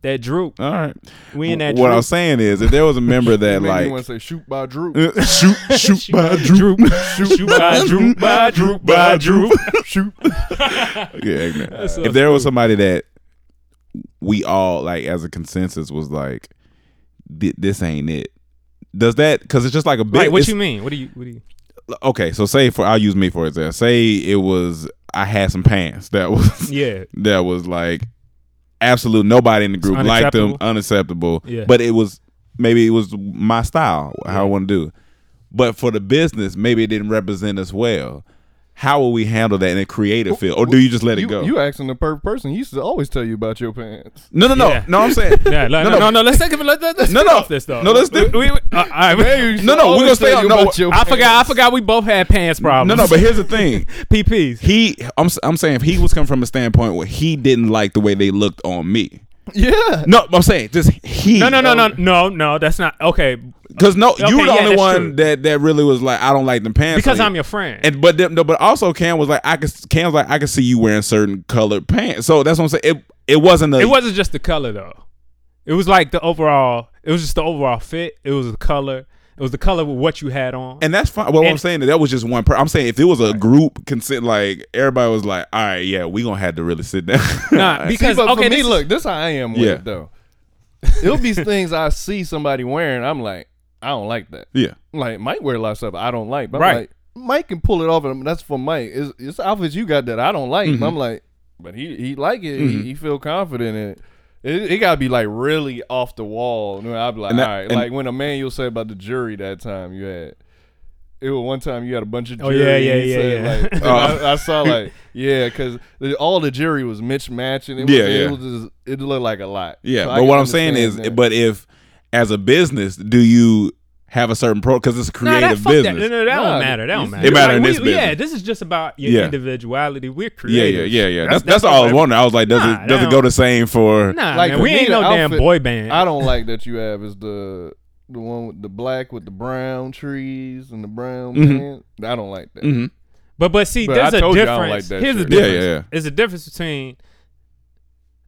S4: That droop.
S5: All right.
S4: We in that
S5: What
S4: droop.
S5: I'm saying is, if there was a member that
S3: you want
S5: like
S3: to say shoot by Drew.
S5: shoot, shoot by droop,
S4: Shoot by droop, by droop, by droop.
S5: shoot. yeah, man.
S4: so
S5: if there was somebody that we all like as a consensus was like, "Thi- this ain't it. Does that? Because it's just like a bit.
S4: Like, what
S5: it's-
S4: you mean? What do you? What do you?
S5: okay, so say for I'll use me for example. Say it was I had some pants that was
S4: Yeah.
S5: that was like absolute nobody in the group liked them,
S4: unacceptable.
S5: unacceptable.
S4: Yeah.
S5: But it was maybe it was my style, how I want to do. But for the business, maybe it didn't represent us well. How will we handle that in a creative field, or do you just let it
S3: You,
S5: go?
S3: you asking the perfect person. He used to always tell you about your pants.
S5: no, no, no,
S4: Yeah.
S5: no. I'm saying
S4: Yeah, like, no, no, no, Let's take it. Let, let, let's
S5: No,
S4: get
S5: no.
S4: off this though.
S5: No, let's do-
S4: We, we, uh, all right.
S5: No, no, we're gonna stay on. No,
S4: I forgot. I forgot. We both had pants problems.
S5: no, no. But here's the thing:
S4: PPs.
S5: he, I'm, s- I'm saying, if he was coming from a standpoint where he didn't like the way they looked on me.
S3: Yeah.
S5: No, I'm saying just he.
S4: No, no, no, no, no, no. That's not okay.
S5: Because no,
S4: Okay,
S5: you were the
S4: yeah,
S5: only
S4: that's
S5: one
S4: true.
S5: that that really was like, I don't like them pants.
S4: Because
S5: on
S4: I'm
S5: you.
S4: your friend.
S5: And but then, no, but also Cam was like, I could Cam was like, I could see you wearing certain colored pants. So that's what I'm saying. It it wasn't a
S4: it wasn't just the color though. It was like the overall. It was just the overall fit. It was the color. It was the color with what you had on.
S5: and that's fine. Well, what I'm
S4: and-
S5: saying is that was just one person. I'm saying if it was a group consent, like everybody was like, all right, yeah, we gonna have to really sit down.
S4: nah,
S3: See,
S4: because
S3: but
S4: okay,
S3: for me,
S4: this is-
S3: look, this how I am with
S5: Yeah.
S3: it though. It'll be things I see somebody wearing. I'm like, I don't like that.
S5: yeah,
S3: Like Mike wear a lot of stuff I don't like, but
S4: Right.
S3: I'm like, Mike can pull it off. And that's for Mike. It's, it's outfits you got that I don't like.
S5: Mm-hmm.
S3: I'm like, but he he like it. He, he feel confident in it. It, it gotta be like really off the wall. And I'd be like,
S5: And that-
S3: all right,
S5: and-
S3: like when a man you say about the jury that time you had. It was one time you had a bunch of
S4: Oh,
S3: jury.
S4: yeah,
S3: and
S4: yeah,
S3: you
S4: yeah,
S3: said,
S4: yeah.
S3: Like,
S5: Uh.
S3: I, I saw like yeah, because all the jury was mismatching. It was,
S5: Yeah,
S3: it
S5: yeah.
S3: was just it looked like a lot.
S5: yeah.
S3: So I
S5: but
S3: can
S5: what I'm saying is,
S3: understand that.
S5: but if as a business, do you have a certain pro? Because it's a
S4: Nah,
S5: creative
S4: that, fuck that.
S5: business.
S4: No, no, that
S3: Nah,
S4: don't matter. That don't
S3: it
S4: matter.
S5: matter in
S4: we-
S5: this
S4: Yeah,
S5: business.
S4: this is just about your
S5: Yeah.
S4: individuality. We're
S5: Yeah,
S4: creative.
S5: yeah, yeah, yeah. That's that's, all I was
S4: what-
S5: wondering. I was like, does
S4: Nah,
S5: it does
S4: that
S5: it go
S4: don't-
S5: the same for?
S4: Nah,
S3: Like,
S4: man,
S3: for
S4: we
S3: me,
S4: ain't
S3: the
S4: no damn
S3: outfit-
S4: boy band.
S3: I don't like that you have is the the one with the black with the brown trees and the brown
S4: Mm-hmm.
S3: pants. I don't like that.
S5: Mhm.
S4: But but see,
S3: But
S4: there's
S3: I
S4: a
S3: told you I
S4: difference.
S3: don't like that
S4: Here's a
S3: shit.
S5: Yeah,
S4: difference.
S5: yeah, yeah.
S4: There's a difference between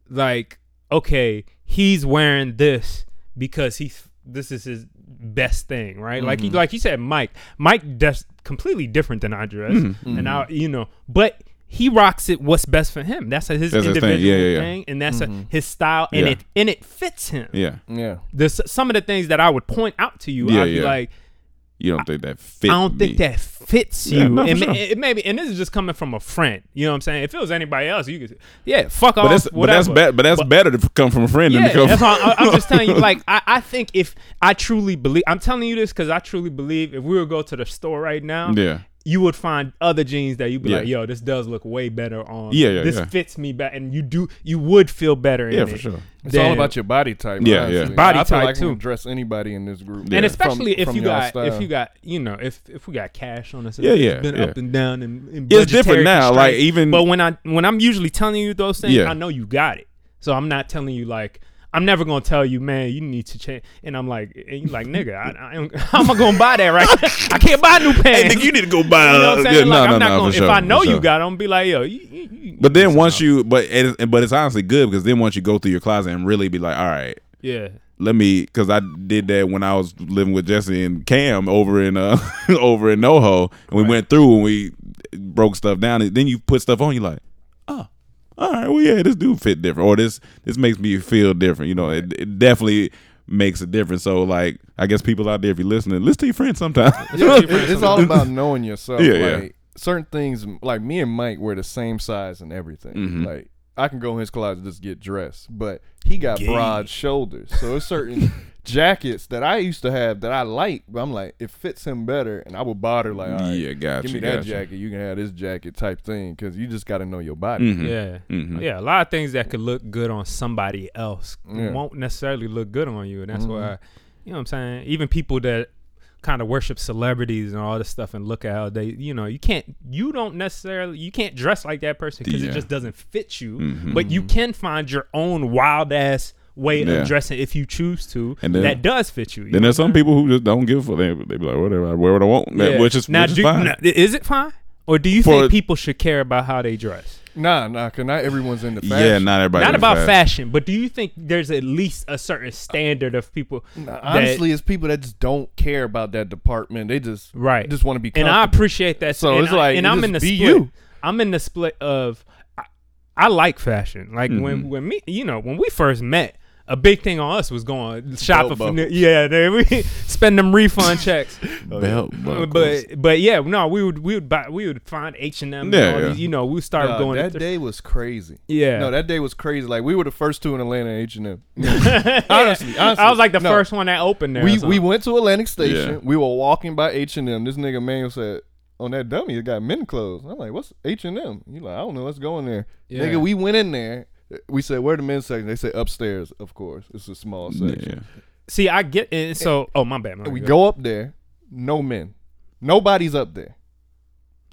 S4: like okay, he's wearing this because he's this is his best thing, right? Like
S5: Mm-hmm.
S4: he like you said, Mike. Mike does completely different than I dress,
S5: Mm-hmm.
S4: and I you know, but. He rocks it. What's best for him? That's his
S5: That's his thing.
S4: individual thing,
S5: Yeah, yeah, yeah.
S4: and that's a- his style, and
S5: Yeah.
S4: it and it fits him.
S5: Yeah,
S3: Yeah.
S4: There's some of the things that I would point out to you.
S5: Yeah,
S4: I'd be
S5: yeah.
S4: like,
S5: you don't think that fit?
S4: I don't
S5: me.
S4: think that fits you.
S5: Yeah, no, for
S4: it,
S5: sure.
S4: may, it may be, and this is just coming from a friend. You know what I'm saying? If it was anybody else, you could, say, yeah, fuck off.
S5: But that's but that's
S4: whatever.
S5: better. But that's better to f- come from a friend than to
S4: Yeah,
S5: come.
S4: that's
S5: from,
S4: all. I, I'm just telling you. Like, I, I think if I truly believe, I'm telling you this because I truly believe if we were to go to the store right now,
S5: yeah,
S4: you would find other jeans that you'd be
S5: Yeah.
S4: like, yo, this does look way better on.
S5: Yeah, yeah,
S4: this
S5: yeah.
S4: fits me better, and you do, you would feel better.
S5: yeah,
S4: in
S5: for
S4: it
S5: sure.
S3: It's all
S4: than-
S3: about your body type.
S5: Yeah,
S3: honestly.
S5: yeah.
S4: Body
S3: I feel
S4: type,
S3: like I can
S4: too.
S3: dress anybody in this group.
S5: Yeah.
S4: And
S5: From-
S4: especially if
S3: from
S4: you
S3: y'all
S4: got if
S3: style.
S4: you got you know if if we got cash on us,
S5: Yeah, yeah,
S4: it's been
S5: yeah.
S4: up and down and, and
S5: It's different
S4: budgetary
S5: now, like,
S4: constraints.
S5: even-
S4: But when I when I'm usually telling you those things,
S5: Yeah.
S4: I know you got it. So I'm not telling you like. I'm never gonna tell you, man. You need to change. And I'm like, and you like, nigga, I, I, don't- how am I gonna buy that right? I can't buy new
S5: Hey,
S4: pants.
S5: nigga, you need to go
S4: You
S5: buy.
S4: know what I'm
S5: yeah,
S4: saying?
S5: no,
S4: like,
S5: no,
S4: I'm not
S5: no,
S4: gonna,
S5: for sure,
S4: if I
S5: for
S4: know you
S5: sure.
S4: got them, be like, yo, you, you, you
S5: But then once you, but it, but it's honestly good because then once you go through your closet and really be like, all right,
S4: yeah,
S5: let me, because I did that when I was living with Jesse and Cam over in uh over in NoHo, and we went through and we broke stuff down, and then you put stuff on, you like, oh, all right, well yeah, this do fit different, or this this makes me feel different, you know, it, it definitely makes a difference. So like, I guess people out there, if you're listening, listen to your friends sometimes.
S3: Yeah, it- it's all about knowing yourself.
S5: Yeah, yeah.
S3: like, Certain things, like me and Mike, wear the same size and everything.
S4: Mm-hmm.
S3: Like I can go in his closet and just get dressed, but he got broad shoulders, so it's certain jackets that I used to have that I like, but I'm like it fits him better, and I would bother like, all right,
S5: Yeah, gotcha,
S3: give me that
S5: gotcha.
S3: jacket, you can have this jacket type thing, because you just got to know your body.
S4: yeah,
S5: Mm-hmm.
S4: yeah. A lot of things that could look good on somebody else won't necessarily look good on you, and
S5: Mm-hmm.
S4: that's why, you know, what I'm saying even people that kind of worship celebrities and all this stuff and look at how they, you know, you can't, you don't necessarily, you can't dress like that person because
S5: Yeah. Mm-hmm.
S4: it just doesn't fit you, but you can find your own wild ass way
S5: Yeah.
S4: of dressing if you choose to
S5: And then-
S4: that does fit you. you
S5: Then
S4: know
S5: there's
S4: what I'm
S5: some people who just don't give a fuck. They, they be like, whatever, I wear what I want,
S4: saying?
S5: that-
S4: Yeah.
S5: which is
S4: now
S5: which is
S4: do you-
S5: fine.
S4: now, is it fine? Or do you
S5: For-
S4: think people should care about how they dress?
S3: Nah, nah, cause not everyone's into fashion.
S5: Yeah, not everybody.
S4: Not
S5: was
S4: about
S5: fast.
S4: fashion, but do you think there's at least a certain standard of people?
S3: Nah,
S4: that-
S3: honestly, it's people that just don't care about that department. They just
S4: right?
S3: just want to be.
S4: and I
S3: comfortable.
S4: appreciate that.
S3: So
S4: and
S3: it's
S4: I-
S3: like,
S4: and I'm
S3: just
S4: in the
S3: be
S4: split.
S3: you.
S4: I'm in the split of, I, I like fashion. Like
S5: Mm-hmm.
S4: when when me, you know, when we first met, a big thing on us was going shopping for new,
S5: buckles.
S4: yeah, they, we spend them refund checks.
S5: Belt buckles.
S4: But but yeah, no, we would we would buy we would find H and M.
S5: Yeah, yeah.
S4: You know, we started
S3: Nah,
S4: going. to
S3: that
S4: thrift-
S3: day was crazy.
S4: Yeah.
S3: no, that day was crazy. Like we were the first two in Atlanta H and M. Honestly, honestly,
S4: I was like the
S3: no.
S4: first one that opened there. or
S3: We we
S4: something.
S3: went to Atlantic Station.
S5: Yeah.
S3: We were walking by H and M. This nigga Manuel said, "On that dummy, it got men clothes." I'm like, "What's H and M?" You like, "I don't know. Let's go in there."
S4: Yeah.
S3: Nigga, we went in there. We said, "Where the men's section?" They said, "Upstairs." Of course, it's a small section.
S5: Yeah.
S4: see. I get and so. Oh my bad. my
S3: We
S4: bad.
S3: go up there, no men, nobody's up there,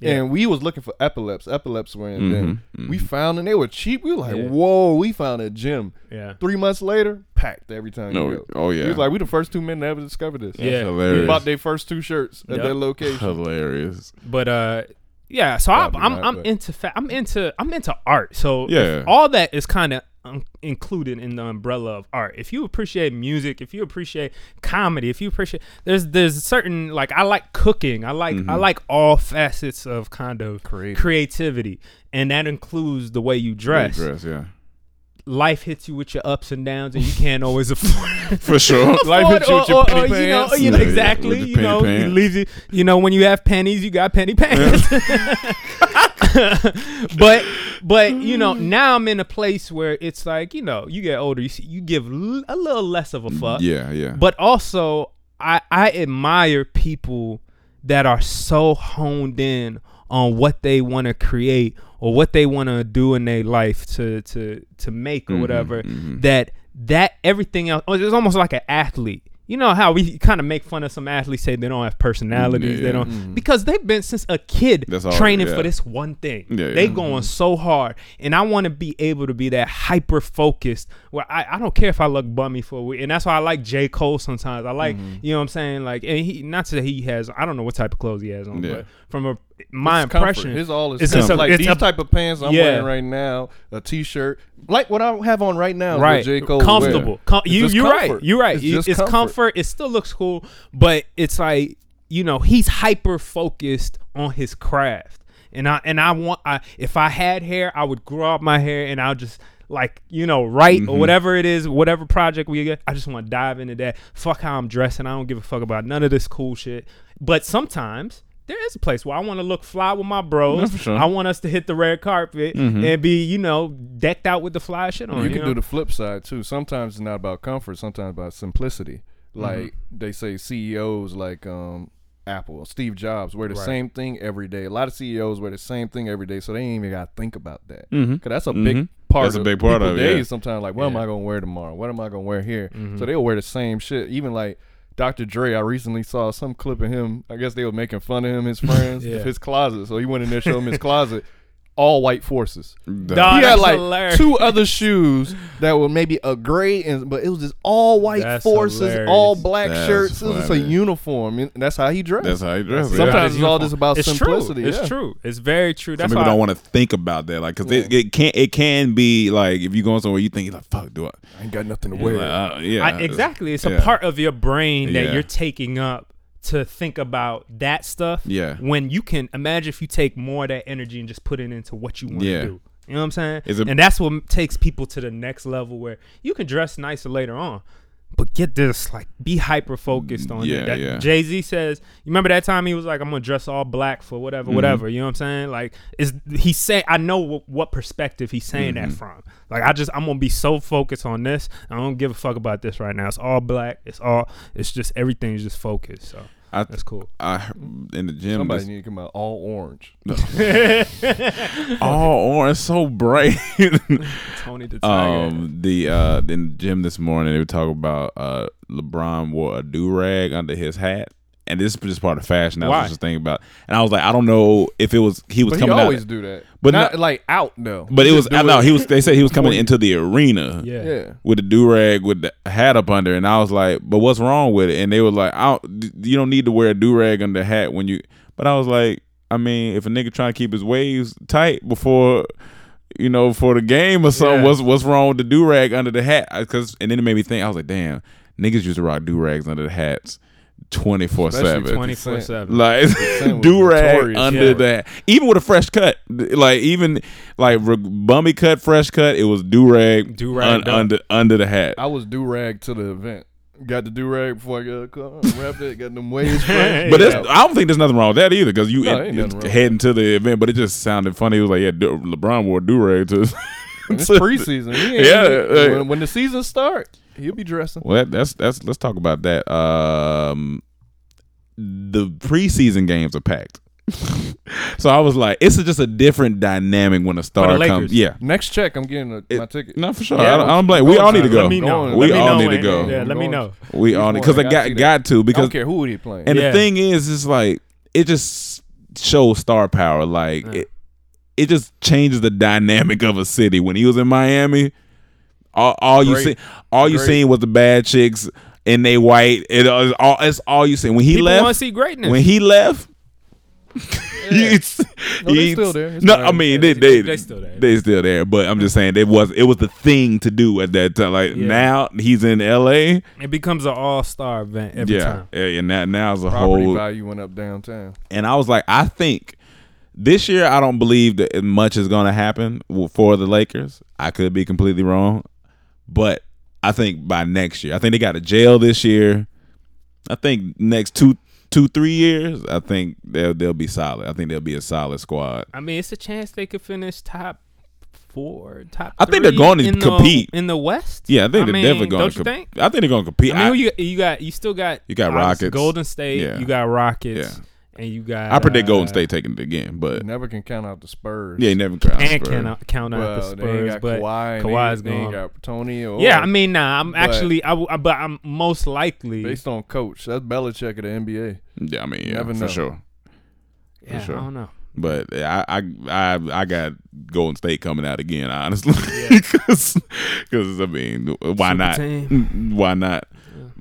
S4: Yeah. Mm-hmm.
S3: and we was looking for epileps. Epileps were in there.
S5: Mhm,
S3: We found them; they were cheap. We were like,
S4: Yeah.
S3: "Whoa!" We found a gym.
S4: Yeah.
S3: Three months later, packed every time.
S5: No,
S3: you go.
S5: oh, yeah.
S3: He was like, "We the first two men to ever discover this."
S4: Yeah.
S5: That's
S3: We bought
S5: hilarious.
S3: their first two shirts at
S4: Yep.
S3: that location.
S5: Hilarious.
S4: But uh, yeah. So I'm
S3: Probably
S4: I'm,
S3: not,
S4: I'm
S3: but-
S4: into fa- I'm into I'm into art. So if
S5: Yeah.
S4: all that is kind of um, included in the umbrella of art. If you appreciate music, if you appreciate comedy, if you appreciate there's there's certain like I like cooking. I like I like all facets of kind of
S3: Mm-hmm. Creative.
S4: creativity, and that includes the way you dress.
S5: Dress, yeah.
S4: Life hits you with your ups and downs, and you can't always afford.
S5: For sure.
S3: Life
S4: afford
S3: hits you with your penny
S4: you know,
S3: pants.
S4: you know,
S5: Yeah, yeah,
S4: exactly.
S5: with your
S4: you
S5: penny
S4: know, it
S5: pants.
S4: leaves you. You know, when you have pennies, you got penny pants. but but you know, now I'm in a place where it's like you know, you get older, you see, you give l- a little less of a
S3: uh,
S4: fuck.
S5: yeah, yeah.
S4: But also, I I admire people that are so honed in on what they want to create or what they want to do in their life to to to make or
S5: Mm-hmm,
S4: whatever. That that everything else oh, it's almost like an athlete. You know how we kind of make fun of some athletes say they don't have personalities,
S5: yeah. Mm-hmm.
S4: they don't because they've been since a kid
S5: That's all-
S4: training for
S5: yeah.
S4: this one thing.
S5: Yeah,
S4: they
S5: yeah.
S4: going so hard, and I want to be able to be that hyper focused where I, I don't care if I look bummy for a week, and that's why I like J Cole sometimes. I like
S3: Mm-hmm.
S4: you know what I'm saying like and he not that he has I don't know what type of clothes he has on,
S5: Yeah.
S4: but from a my
S3: It's comfort.
S4: impression
S3: His all is
S4: it's
S3: comfort.
S4: just a-
S3: like
S4: it's
S3: these
S4: a-
S3: type of pants I'm
S4: Yeah.
S3: wearing right now, a t-shirt, like what I have on right now. is what
S4: right
S3: J. Cole would wear.
S4: comfortable. Com-
S3: It's
S4: you
S3: just
S4: you're right.
S3: comfort.
S4: You're right.
S3: It's
S4: It's,
S3: just
S4: it's comfort.
S3: comfort.
S4: It still looks cool, but it's like you know he's hyper focused on his craft, and I and I want I if I had hair, I would grow out my hair, and I'll just like you know write
S3: Mm-hmm.
S4: or whatever it is, whatever project we get. I just want to dive into that. Fuck how I'm dressing. I don't give a fuck about none of this cool shit. But sometimes. There is a place where I want to look fly with my bros.
S5: for sure.
S4: I want us to hit the red carpet and be, you know, decked out with the fly shit on.
S3: Mm-hmm. You, can
S4: know?
S3: do the flip side too. Sometimes it's not about comfort. Sometimes about simplicity.
S5: Mm-hmm.
S3: Like they say, CEOs like um, Apple, Steve Jobs wear the same thing every day. A lot of CEOs wear the same thing every day, so they ain't even got to think about that. Cause that's a big part.
S5: Mm-hmm. That's a
S3: of
S5: big part of
S3: people's
S5: it, yeah. Mm-hmm.
S3: days Sometimes like, what am I gonna wear tomorrow? What am I gonna wear here? So they'll wear the same shit. Even like. Dr. Dre, I recently saw some clip of him. I guess they were making fun of him, his friends,
S4: Yeah.
S3: his closet. So he went in there, showed him his closet, all white forces
S4: Dog,
S3: he had
S4: Oh, that's
S3: like
S4: hilarious.
S3: two other shoes that were maybe a gray and but it was just all white
S4: That's
S3: forces,
S4: hilarious.
S3: all black
S5: That's
S3: shirts. It was just a
S5: hilarious.
S3: uniform, and that's how he dressed.
S5: That's how you dress.
S3: Sometimes
S5: yeah.
S3: it's all just about
S4: It's true.
S3: simplicity.
S4: It's
S3: yeah.
S4: true. It's very true.
S5: Some
S4: That's
S5: people
S4: why
S5: don't want to think about that, like, cause it, it can it can be like if you going somewhere, you think like, "Fuck, do I?"
S3: I ain't got nothing to
S5: Like,
S3: wear.
S5: uh, yeah,
S4: I, exactly. It's
S5: yeah.
S4: a part of your brain that
S5: Yeah.
S4: you're taking up to think about that stuff.
S5: Yeah.
S4: When you can imagine if you take more of that energy and just put it into what you want
S5: Yeah.
S4: to do. You know what I'm saying?
S5: It's a-
S4: and that's what m- takes people to the next level where you can dress nicer later on. But get this, like, be hyper focused on
S5: Yeah,
S4: it. That-
S5: yeah.
S4: Jay Z says, "You remember that time he was like, I'm gonna dress all black for whatever,
S5: Mm-hmm.
S4: whatever." You know what I'm saying? Like, is he say? I know w- what perspective he's saying
S5: Mm-hmm.
S4: that from. Like, I just I'm gonna be so focused on this. I don't give a fuck about this right now. It's all black. It's all. It's just everything's just focused. So
S5: I,
S4: that's cool.
S5: I in the gym.
S3: Somebody
S5: this-
S3: need to come out all orange.
S5: oh, orange, it's so bright.
S4: Tony the Tiger.
S5: um, the uh, in the gym this morning, they were talking about uh, LeBron wore a do rag under his hat. And this is just part of fashion. I
S4: Why?
S5: was just thinking about, and I was like, I don't know if it was he was
S3: But he
S5: coming out.
S3: always do that.
S5: But
S3: But not,
S5: not-
S3: like out though.
S5: But it was
S3: Just do
S5: I know he was. They said he was coming into the arena.
S4: yeah.
S3: Yeah.
S5: With the do rag with the hat up under, and I was like, "But what's wrong with it?" And they were like, "I don't, you don't need to wear a do rag under the hat when you." But I was like, I mean, if a nigga trying to keep his waves tight before, you know, for the game or something,
S3: Yeah.
S5: what's what's wrong with the do rag under the hat? Because and then it made me think. I was like, damn, niggas used to rock do rags under the hats twenty four
S3: Especially
S5: seven.
S4: 24 7.
S5: Like
S3: sandwich
S5: do rag
S3: notorious,
S5: under
S3: yeah.
S5: that, even with a fresh cut, like even like re- bummy cut, fresh cut, it was do rag,
S4: Do-rag dunk.
S5: under under the hat.
S3: I was do rag to the event. Got the do rag before I got a car. Wrapped it. Got them waves. fresh.
S5: But
S3: Yeah.
S5: that's, I don't think there's nothing wrong with that either because you
S3: No,
S5: in-
S3: ain't nothing wrong.
S5: heading to the event, but it just sounded funny. It was like, yeah, Du- LeBron wore do rag to.
S3: it's preseason. He ain't
S5: Yeah,
S3: even-
S5: like-
S3: when, when the season start, he'll be dressing.
S5: Well, that, that's that's let's talk about that. Um, the preseason games are packed, so I was like, it's just a different dynamic when a star
S4: Lakers.
S5: comes. Yeah,
S3: Next check, I'm getting a, my ticket.
S5: no, for sure.
S4: Yeah.
S5: I don't, I don't blame. We all need to go.
S4: Let me know.
S3: Going.
S5: We
S4: let me
S5: all
S4: know
S5: need to
S4: when-
S5: go.
S4: Yeah, let me
S3: Going.
S4: know.
S5: We all need because
S3: I
S5: I
S3: see
S5: got
S3: that.
S5: got to
S3: I don't
S5: because
S3: care who he playing.
S5: And
S4: Yeah.
S5: the thing is, it's like it just shows star power. Like it, it just changes the dynamic of a city. When he was in Miami, all, all you
S3: Great.
S5: see, all you
S3: Great.
S5: seen was the bad chicks and they white. It is all it's all you seen. When he
S4: People want to
S5: left,
S4: see greatness.
S5: when he left. he's-
S3: No, they
S5: he's-
S3: still there. It's
S5: No,
S3: fine.
S5: I mean they,
S4: They-
S5: they,
S4: they still there.
S5: They still there, but I'm just saying it was it was the thing to do at that time. Like
S4: Yeah.
S5: now he's in L.A.
S4: it becomes an all star event every
S5: yeah,
S4: time.
S5: yeah, and now now it's a
S3: Property
S5: whole
S3: value went up downtown.
S5: and I was like, I think this year I don't believe that much is going to happen for the Lakers. I could be completely wrong, but I think by next year, I think they got a jail this year. I think next two, two, three years, I think they'll they'll be solid. I think they'll be a solid squad.
S4: I mean, it's a chance they could finish top four, top.
S5: I think they're
S4: three
S5: gonna
S4: in
S5: compete.
S4: the, in the West.
S5: Yeah, I think they're
S4: mean,
S5: definitely going
S4: Don't
S5: to.
S4: you think?
S5: I think they're going to compete.
S4: I mean,
S5: I,
S4: who you you got you still got
S5: You got
S4: obviously
S5: Rockets.
S4: Golden State.
S5: Yeah.
S4: You got Rockets,
S5: Yeah.
S4: and you got.
S5: I predict
S4: uh,
S5: Golden State taking it again, but
S3: Never can count out the Spurs.
S5: yeah, you never crowd
S4: Mm. And uh,
S5: Spurs.
S4: count count out the
S3: well, they ain't
S4: Spurs,
S3: got
S4: but
S3: Kawhi.
S4: Kawhi's
S3: Kawhi's they,
S4: gone.
S3: They ain't got Tony. Or
S4: yeah, I mean, nah. I'm
S3: But-
S4: actually, I, w- I- but I'm most likely.
S3: based on coach, that's Belichick of the NBA.
S5: Yeah, I mean, yeah,
S3: Never
S5: for
S3: know.
S5: sure.
S4: yeah,
S5: sure.
S4: I don't know.
S5: But I, I I I got Golden State coming out again, honestly. Because I mean, why
S4: Super
S5: not?
S4: team.
S5: Why not?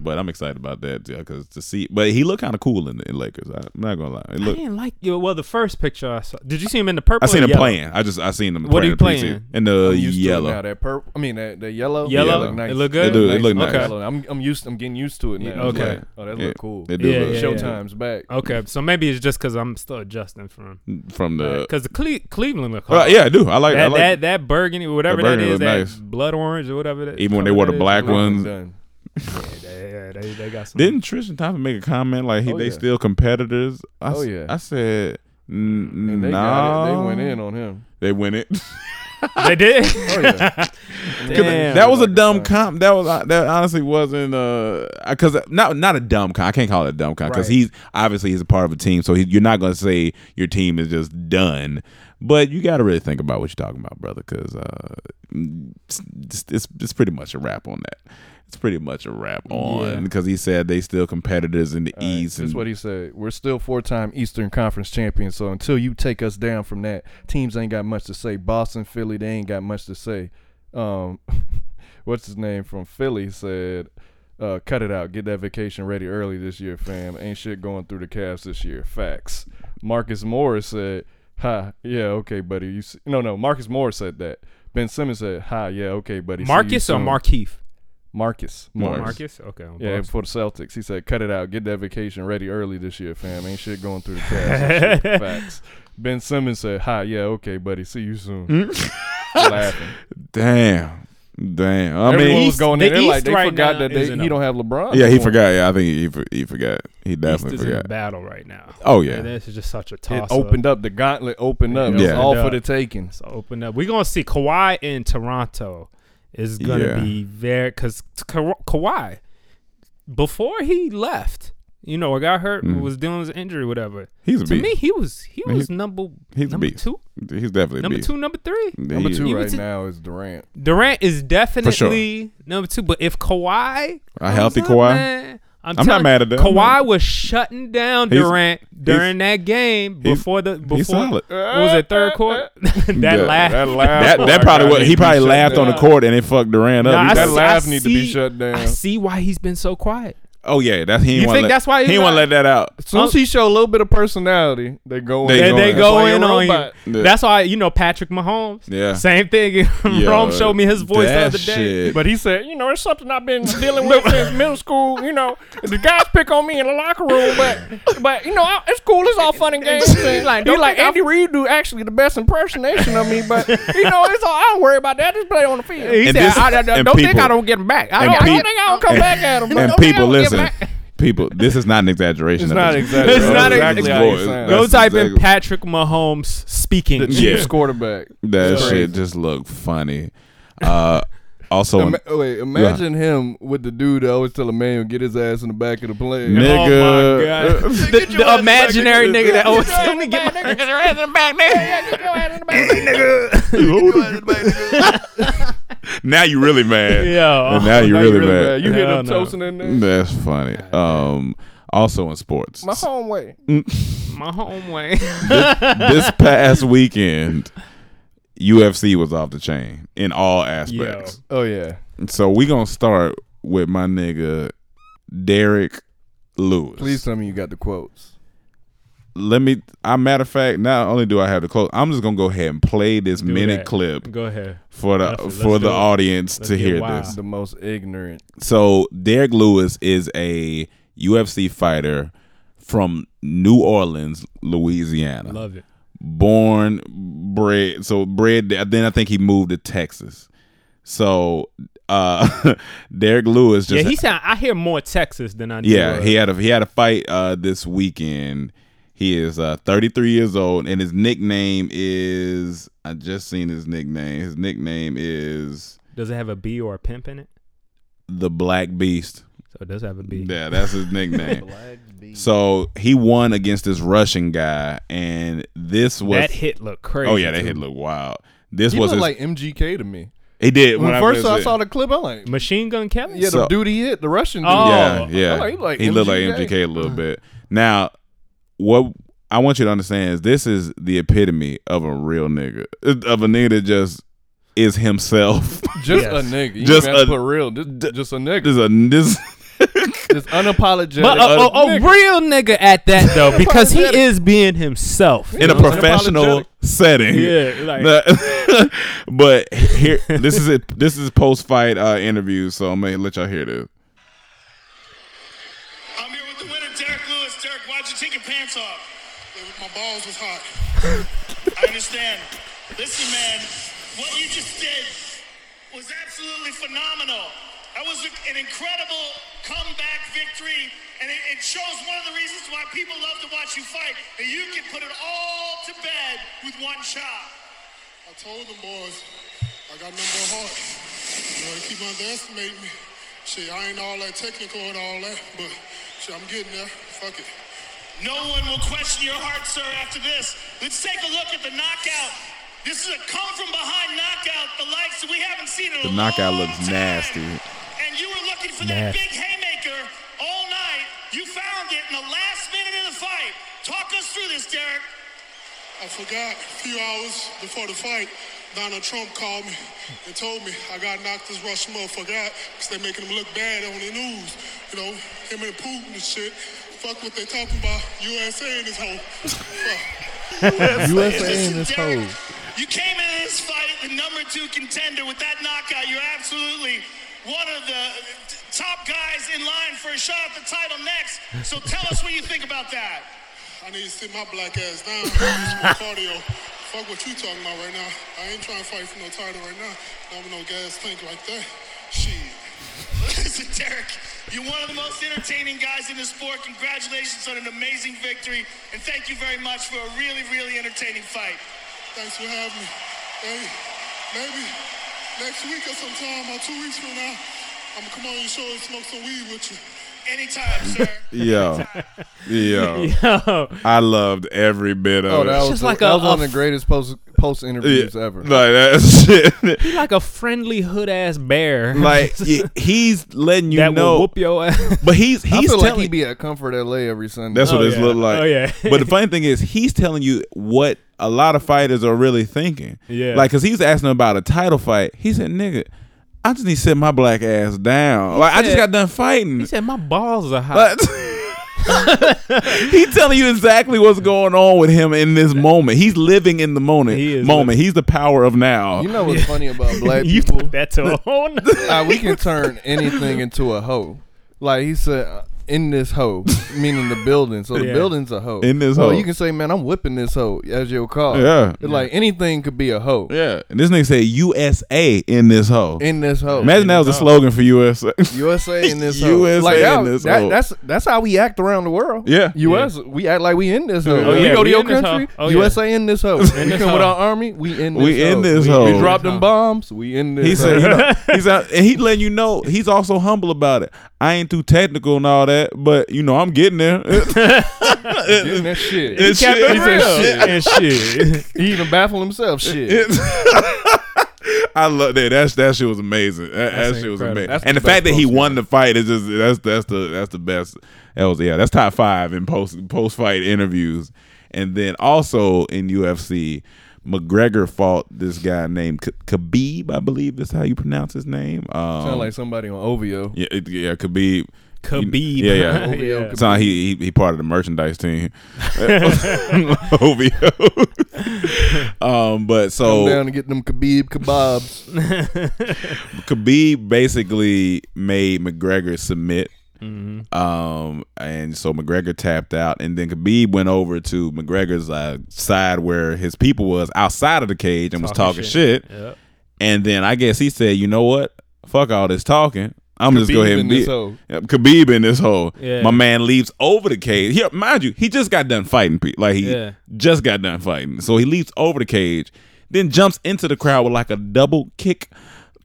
S5: But I'm excited about that because to see, but he looked kind of cool in the in Lakers. I, am not gonna lie. It
S4: I
S5: looked,
S4: didn't like you. Well, the first picture I saw. Did you see him in the purple?
S5: I seen
S4: or
S5: him
S4: yellow?
S5: playing. I just I seen him.
S4: What are you
S5: playing in
S4: playing?
S5: preseason. In the
S3: I'm used to it now.
S5: yellow.
S3: That purple. I mean, that, that yellow.
S4: Yellow?
S3: that look
S5: It
S3: nice.
S4: look good?
S5: It do- it look
S3: Nice.
S5: nice.
S3: Yellow. I'm I'm used. I'm getting used to it now.
S4: okay.
S3: It's like, oh, that
S5: Yeah.
S3: look cool.
S5: It do
S4: Yeah,
S5: look-
S4: yeah, yeah.
S3: Showtime's back.
S4: Okay, so maybe it's just because I'm still adjusting from
S5: from the.
S4: because the Cle- Cleveland look.
S5: Uh,
S4: hard.
S5: yeah, I do. I like. I
S4: that,
S5: like
S4: that that burgundy, whatever
S5: That
S4: that
S5: burgundy
S4: is,
S5: look
S4: that
S5: nice.
S4: blood orange or whatever. That
S5: even when they
S4: color
S5: wore the
S4: that is.
S5: black
S3: Look,
S5: ones.
S3: done.
S4: Yeah, they, they got some.
S5: Didn't Tristan Thompson make a comment like he,
S3: Oh,
S5: they
S3: yeah.
S5: still competitors? I,
S3: Oh,
S5: s-
S3: yeah.
S5: I said.
S3: And they
S5: No,
S3: got it. They went in on him.
S5: They went in.
S4: they did.
S3: Oh yeah.
S5: 'Cause
S4: Damn.
S5: that was a
S3: Like a
S5: dumb
S3: sign.
S5: comp. That was uh, that honestly wasn't uh because not not a dumb comp. I can't call it a dumb comp because
S4: Right.
S5: he's obviously he's a part of a team, so he, you're not gonna say your team is just done. But you got to really think about what you're talking about, brother, because uh, it's, it's it's pretty much a wrap on that. It's pretty much a wrap on because he said they still competitors in the East.
S3: That's
S5: And,
S3: what he said. We're still four-time Eastern Conference champions, so until you take us down from that, teams ain't got much to say. Boston, Philly, they ain't got much to say. Um, what's his name from Philly said, uh, "Cut it out. Get that vacation ready early this year, fam. Ain't shit going through the Cavs this year. Facts." Marcus Morris said, "Ha, yeah, okay, buddy. You see, no, no. Marcus Morris said that. Ben Simmons said, "Ha, yeah, okay, buddy. See you
S4: Marcus or
S3: soon."
S4: Markeith?
S3: Marcus Morris.
S4: Marcus. Okay. I'm
S3: Yeah,
S4: lost.
S3: for the Celtics. He said, cut it out. Get that vacation ready early this year, fam. Ain't shit going through the Cavs. Facts. Ben Simmons said, hi, yeah, okay, buddy. See you soon. Laughing.
S5: damn, damn. I
S3: Everyone
S5: mean,
S3: was going
S4: the
S3: in there like
S4: East
S3: they
S4: right
S3: forgot
S4: now
S3: that they,
S4: is in
S3: he
S4: a-
S3: don't have LeBron.
S5: yeah, he
S3: anymore.
S5: forgot. Yeah, I think he for- he forgot. He
S4: East
S5: definitely
S4: is in a
S5: forgot.
S4: battle right now.
S5: Oh yeah,
S4: this is just such a
S3: It
S4: toss.
S3: opened up. The gauntlet opened up.
S5: Yeah.
S3: It was all
S4: Opened
S3: for
S4: up.
S3: the taking.
S4: So open up. We're gonna see Kawhi in Toronto is gonna
S5: Yeah.
S4: be very because Ka- Kawhi before he left, you know, or got hurt,
S5: Mhm.
S4: was dealing with injury, whatever.
S5: he's a
S4: To
S5: beast.
S4: me, he was he
S5: Man,
S4: was
S5: he-
S4: number
S5: he's a
S4: number
S5: beast.
S4: two,
S5: He's definitely a
S4: number
S5: beast.
S4: two, number three.
S3: Number
S5: He-
S3: two
S4: You
S3: right
S4: was-
S3: now is Durant.
S4: Durant is
S5: sure.
S4: definitely number two, but if Kawhi,
S5: A
S4: comes
S5: healthy
S4: up,
S5: Kawhi?
S4: man, I'm,
S5: not
S4: telling-
S5: mad at that. I'm
S4: Kawhi
S5: not-
S4: was shutting down
S5: He's-
S4: Durant during that game
S5: he's-
S4: before the before
S5: he's solid.
S4: What was it third quarter? that
S5: Yeah,
S4: laugh.
S3: That laugh.
S5: that that
S3: Oh,
S5: probably
S3: God,
S5: was,
S3: need
S5: he
S3: to be
S5: probably
S3: shut
S5: laughed on the
S3: down.
S5: court and it fucked Durant up.
S4: Nah,
S5: He
S4: I
S3: That
S5: probably-
S4: see-
S3: laugh
S4: I
S3: need to be
S4: see-
S3: shut down.
S4: I see why he's been so quiet.
S5: Oh yeah, that's he. ain't
S4: You
S5: wanna
S4: think
S5: let-
S4: that's why
S5: he
S4: he's
S5: ain't want to
S4: not-
S5: let that out?
S3: As soon as he show a little bit of personality, they go in.
S5: They
S4: And they
S5: on.
S4: go
S3: Play a
S4: in on
S3: robot.
S4: you.
S5: Yeah.
S4: That's why you know Patrick Mahomes.
S5: Yeah.
S4: Same thing.
S5: Yo,
S4: Rome showed me his voice the
S5: that
S4: other day.
S5: shit.
S3: But he said, you know, it's something I've been dealing with since middle school. You know, the guys pick on me in the locker room, but but you know, I- it's cool. It's all fun and games. And like, he like Andy Reid do actually the best impersonation of me, but you know, it's all. I don't worry about that. Just play on the field.
S4: He
S5: And
S4: said,
S5: this-
S4: I, I- I
S5: and
S4: don't think
S5: people-
S4: I don't get him back. I
S5: and
S4: don't, I
S5: peop-
S4: don't think I don't come
S5: and-
S4: back at him.
S5: and
S4: I don't think I
S5: people,
S4: don't get
S5: listen,
S4: back.
S5: people, this is not an exaggeration.
S3: It's
S5: of
S3: not
S5: his-
S3: exaggeration.
S4: It's not
S5: exactly
S4: exactly
S5: his
S4: how
S3: you
S5: voice.
S3: sound.
S4: Go
S5: That's
S4: type in
S5: exactly-
S4: Patrick Mahomes speaking.
S3: The
S5: Yeah.
S3: Chiefs quarterback.
S5: That
S3: It's
S5: shit
S3: crazy.
S5: just look funny. Uh, also,
S3: Ima- wait, imagine him with the dude that always tell Emmanuel get his ass in the back of the plane.
S5: Nigga.
S4: Oh my God. the,
S2: your
S4: the
S2: ass
S4: imaginary
S2: back, nigga.
S4: nigga that always let me get my
S5: now you really mad.
S4: Yeah. Oh,
S5: now you
S3: Now
S5: really,
S3: you
S5: mad.
S3: You hit
S4: Hell
S3: him
S4: no.
S3: toasting in there.
S5: That's funny. Um, also in sports,
S3: My home way.
S4: my home way.
S5: this past weekend, UFC was off the chain in all aspects.
S3: Oh yeah.
S5: So we gonna start with my nigga Derek Lewis.
S3: Please tell me you got the quotes.
S5: let me. I matter of fact, not only do I have the close, I'm just gonna go ahead and play this minute
S4: that.
S5: clip
S4: Go ahead.
S5: for the
S4: Let's- let's
S5: for the
S4: do it.
S5: audience
S4: Let's
S5: to
S4: get
S5: hear
S4: wild.
S5: this.
S3: The most ignorant.
S5: So Derek Lewis is a UFC fighter from New Orleans, Louisiana.
S4: Love it.
S5: born bred so bred there. then i think he moved to texas so uh derek lewis
S4: Yeah,
S5: just
S4: he sound. I hear more Texas than I do.
S5: yeah
S4: uh,
S5: he had a he had a fight uh this weekend he is uh 33 years old and his nickname is i just seen his nickname his nickname is
S4: does it have a B or a pimp in it?
S5: the black beast
S4: So it does have a B.
S5: Yeah, that's his nickname. so he won against this Russian guy, and this was
S4: that hit look crazy.
S5: oh yeah, that
S4: too.
S5: hit looked wild. This
S3: He
S5: was
S3: looked
S5: his,
S3: like MGK to me.
S5: He did.
S3: When, first I
S5: was
S3: saw
S5: in-
S3: the clip, I'm like,
S4: Machine Gun Kelly.
S3: yeah,
S5: So-
S3: the dude he hit, the Russian dude.
S4: Oh.
S3: I
S5: yeah, yeah.
S3: like- like
S5: he looked like
S3: MGK.
S5: MGK a little bit. Now, what I want you to understand is this is the epitome of a real nigga, uh, of a nigga that just is himself.
S3: Just
S4: Yes.
S3: a nigga. You just
S5: Just
S3: a,
S5: a-
S3: put real. Just, just a nigga.
S5: this is a this.
S3: Just unapologetic.
S4: But a, a, a
S3: nigga.
S4: real nigga at that though, because he is being himself.
S5: in a
S3: know,
S5: professional
S3: unapologetic.
S5: setting.
S4: Yeah, like-
S5: The- but here, this is it. This is post fight uh, interview, so I'm gonna let y'all hear this.
S6: I'm here with the winner, Derek Lewis. Derek, why'd you take your pants off? It was- my balls was hot. I understand. Listen, man, what you just did was absolutely phenomenal. That was an incredible comeback victory, and it, it shows one of the reasons why people love to watch you fight. That you can put it all to bed with one shot. I told them boys, I got no more heart. You know, they keep underestimating me. Shit, I ain't all that technical and all that, but shit, I'm getting there. Fuck it. No one will question your heart, sir, after this. Let's take a look at the knockout. This is a come from behind knockout, the likes that we haven't seen in
S5: The
S6: a
S5: knockout
S6: long
S5: looks
S6: time.
S5: nasty.
S6: And you were looking for that
S4: Nasty.
S6: big haymaker all night. You found it in the last minute of the fight. Talk us through this, Derek. I forgot a few hours before the fight, Donald Trump called me and told me I got knocked this Russian motherfucker out because they making him look bad on the news. You know, him and Putin and shit. Fuck what they talking about. USA in this whole.
S3: USA in this hole.
S6: You came into this fight the number two contender with that knockout. You're absolutely one of the t- top guys in line for a shot at the title next. So tell us what you think about that. I need to sit my black ass down. Do some cardio. Fuck what you talking about right now. I ain't trying to fight for no title right now. Not with no gas tank like that. Shit. Listen, Derek, you're one of the most entertaining guys in the sport. Congratulations on an amazing victory, and thank you very much for a really, really entertaining fight. Thanks for having me. Hey, maybe next week or sometime, or two weeks from now, I'm gonna come on your show and smoke some weed with you. Anytime, sir.
S5: Yo, yo,
S4: Yo,
S5: I loved every bit of
S3: Oh,
S5: it.
S3: that was,
S4: just like
S3: that
S4: a-
S3: was one of
S4: a
S3: the greatest post post
S5: Yeah,
S3: interviews ever.
S5: Like that shit.
S4: he like a friendly hood ass bear.
S5: like y- he's letting you
S4: that will
S5: know,
S4: whoop your ass.
S5: but he's
S3: I
S5: he's
S3: feel like
S5: telling.
S3: he'd be at Comfort LA every Sunday.
S5: that's what
S4: Oh,
S5: it's
S4: yeah.
S5: look like.
S4: Oh, yeah.
S5: but the funny thing is, he's telling you what a lot of fighters are really thinking.
S4: Yeah.
S5: Like, cause he was asking about a title fight. He said, "Nigga, I just need to sit my black ass down. Like I just
S4: said-
S5: got done fighting.
S4: He said my balls are hot.
S5: But he's telling you exactly what's going on with him in this moment. He's living in the moment.
S4: He is
S5: moment. He's the power of now.
S3: You know what's funny about
S4: Oh,
S3: black
S4: you
S3: people?
S4: took that to a whole nother-
S3: Ah, we can turn anything into a hoe. Like he said, uh, in this hoe, meaning the building. So the
S4: Yeah.
S3: building's a hoe.
S5: In this
S3: So
S5: hoe.
S3: you can say, man, I'm whipping this hoe as your car.
S5: Yeah.
S3: It's Like anything could be a hoe
S5: yeah. And this nigga said USA in this hoe.
S3: in this hoe.
S5: Imagine that was
S4: Oh.
S5: a slogan for USA.
S3: USA in this hoe.
S5: USA
S3: like, that-
S5: in this
S3: that-
S5: hoe.
S3: That's that's how we act around the world.
S5: Yeah.
S3: US, we act like we in this hoe.
S4: Oh,
S3: we
S4: yeah,
S3: go to
S4: we
S3: your
S4: in this
S3: country,
S4: hoe. Oh, yeah.
S3: USA in this hoe. we
S4: this
S3: come with
S4: hoe.
S3: our army, we in this
S5: We
S3: hoe.
S5: in this
S3: we,
S5: hoe.
S3: We drop them bombs, we in this
S5: He
S3: hoe.
S5: said, you know, he's out, and he letting you know he's also humble about it. I ain't too technical and all that, but you know I'm getting there.
S3: Getting that shit.
S5: It's
S4: Kept
S5: shit.
S4: it
S5: He
S4: real and shit.
S3: he even baffled himself. Shit.
S5: I love that. That's that shit was amazing. That, that shit was
S4: incredible.
S5: amazing.
S3: That's
S5: and the
S3: the
S5: fact
S3: best
S5: that he
S3: post
S5: won the fight is just that's that's the that's the best. That was yeah. That's top five in post post fight interviews. And then also in UFC, McGregor fought this guy named K- Khabib. I believe is how you pronounce his name. Um,
S3: Sound like somebody on OVO.
S5: yeah, it, yeah, Khabib.
S4: Khabib.
S5: Yeah, yeah.
S3: OVO.
S5: It's not he, he he part of the merchandise team. OVO. um, but so
S3: Come down and get them Khabib kebabs.
S5: Khabib basically made McGregor submit.
S4: Mm-hmm.
S5: Um, and so McGregor tapped out, and then Khabib went over to McGregor's uh, side where his people was outside of the cage and was talking shit.
S4: Yep.
S5: And then I guess he said, "You know what? Fuck all this talking. I'm just go
S3: Khabib
S5: ahead and
S3: in
S5: be
S3: this hole.
S5: Yep, Khabib in this hole.
S4: Yeah.
S5: My man leaps over the cage. Here, mind you, he just got done fighting. pe- Like he
S4: Yeah.
S5: just got done fighting, so he leaps over the cage, then jumps into the crowd with like a double kick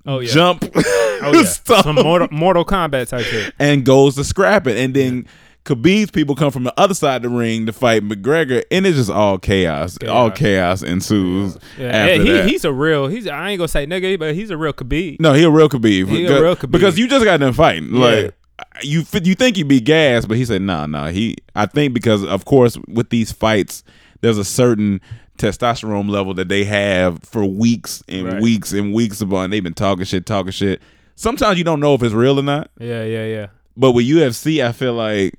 S4: Oh yeah.
S5: jump
S4: Oh, yeah.
S5: stomp,
S4: Some Mortal, Mortal Kombat type shit.
S5: and goes to scrap it. And then Khabib's people come from the other side of the ring to fight McGregor, and it's just all chaos. All chaos ensues
S4: Yeah,
S5: after
S4: yeah, he,
S5: that.
S4: he's a real. He's I ain't gonna say nigga, but he's a real Khabib.
S5: no, he a real Khabib.
S4: He a
S5: Because-
S4: real Khabib.
S5: Because you just got done fighting. Like you fi- you think he'd be gassed, but he said, nah, nah. He I think because of course with these fights, there's a certain testosterone level that they have for weeks and
S4: Right.
S5: weeks and weeks upon. They've been talking shit, talking shit. Sometimes you don't know if it's real or not.
S4: Yeah, yeah, yeah.
S5: But with UFC, I feel like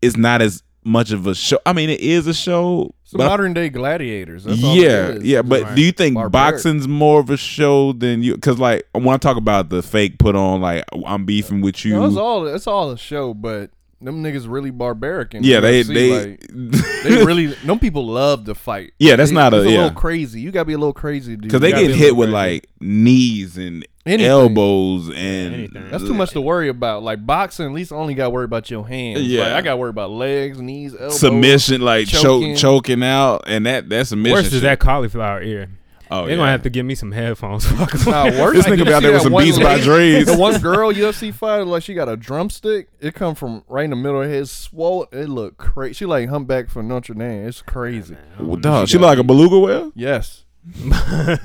S5: it's not as much of a show. I mean, it is a show.
S3: Some
S5: but I-
S3: modern day gladiators. That's all
S5: yeah,
S3: it is.
S5: yeah. But do you think
S3: Barbaric.
S5: boxing's more of a show than you? Because like when I talk about the fake put on, like I'm beefing with you.
S3: No, that's all. That's all a show. But them niggas really barbaric. In
S5: yeah, they
S3: UFC,
S5: they.
S3: like, they really. Them people love to fight.
S5: Yeah, that's
S3: They-
S5: not a-
S3: it's
S5: yeah.
S3: little crazy. You gotta be a little crazy, dude.
S5: Cause they
S3: You gotta be
S5: get
S3: a
S5: hit
S3: little
S5: with
S3: crazy.
S5: like knees and
S3: Anything.
S5: elbows and
S3: That's too much to worry about. Like boxing, at least I only got to worry about your hands.
S5: Yeah.
S3: Like, I got to worry about legs, knees, elbows.
S5: submission, like choking.
S3: choking.
S5: choking out, and that that submission.
S4: Worse is
S5: shit.
S4: that cauliflower ear.
S5: Oh
S4: They're
S5: yeah.
S4: gonna have to give me some headphones. Fuck.
S3: Nah, worse.
S5: This
S3: like,
S5: nigga
S3: you
S5: be out
S3: see
S5: there with
S3: that
S5: some
S3: one
S5: Beats by
S3: lady-
S5: Dre's.
S3: The one girl UFC fighter, like she got a drumstick. It come from right in the middle of her head, swollen. It look crazy. She like humpback for Notre Dame. It's crazy.
S5: Well, dog, she, like a beluga whale.
S3: Yes,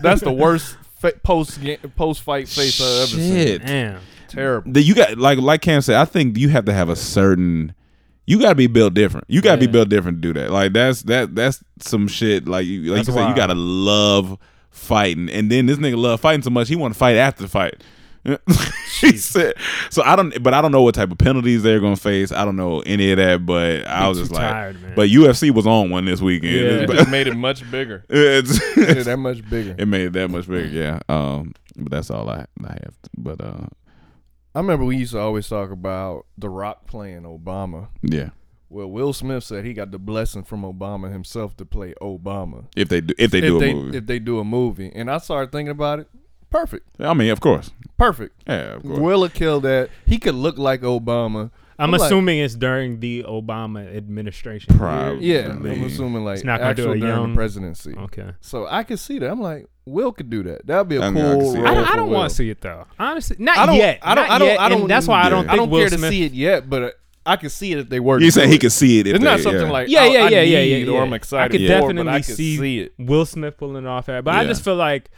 S3: that's the worst fa- post post fight face I've ever seen.
S5: Shit.
S4: Damn.
S3: Terrible.
S5: that you got like like Cam said, I think you have to have a certain you gotta be built different. You gotta be
S4: Yeah.
S5: built different to do that. Like that's that that's some shit like you like
S4: That's
S5: you said, you
S4: wild.
S5: gotta love fighting. And then this nigga love fighting so much he wanna fight after the fight. she said so I don't but I don't know what type of penalties they're gonna face. I don't know any of that, but I
S4: Be
S5: was
S4: too
S5: just
S4: tired,
S5: like
S4: man.
S5: but UFC was on one this weekend.
S4: Yeah.
S5: It's-
S3: Just made it much bigger.
S5: it's-
S3: Yeah, that much bigger.
S5: it made it that much bigger, yeah. Um but that's all I, I have but uh
S3: I remember we used to always talk about The Rock playing Obama.
S5: yeah.
S3: Well, Will Smith said he got the blessing from Obama himself to play Obama.
S5: If they do if they
S3: if
S5: do a
S3: they
S5: movie.
S3: if they do a movie, and I started thinking about it. Perfect,
S5: I mean, of course.
S3: perfect.
S5: Yeah, of course.
S3: Will would kill that. He could look like Obama.
S4: I'm,
S3: like-
S4: assuming it's during the Obama administration.
S5: Probably.
S3: yeah,
S5: Lee.
S3: I'm assuming like
S4: not gonna do
S3: actual
S4: a
S3: during
S4: young- Oh.
S3: the presidency.
S4: Okay.
S3: So I could see that. I'm like, Will could do that. That'd be a
S5: I mean, I could
S3: cool.
S5: see
S3: role
S5: that.
S4: I don't,
S3: for
S4: I don't
S3: Will.
S4: want to see it though. Honestly, not
S3: I don't.
S4: yet.
S3: I don't.
S4: Not
S3: I don't.
S4: yet,
S3: I don't.
S4: and that's why I don't.
S5: yeah.
S4: Think
S3: I don't
S4: Will
S3: care
S4: Smith-
S3: to see it yet, but uh, I could see it if they were.
S5: You
S3: to
S5: saying
S3: do
S5: he could see it? If
S3: It's
S5: they,
S3: not something
S5: yeah.
S3: like
S4: Yeah,
S3: oh,
S4: yeah,
S3: I
S4: yeah, yeah, yeah,
S3: need
S4: yeah.
S3: or I'm
S4: I
S3: excited.
S4: could
S3: for,
S4: definitely
S3: but I could
S4: see,
S3: see it.
S4: Will Smith pulling it off, but I
S5: Yeah.
S4: just feel like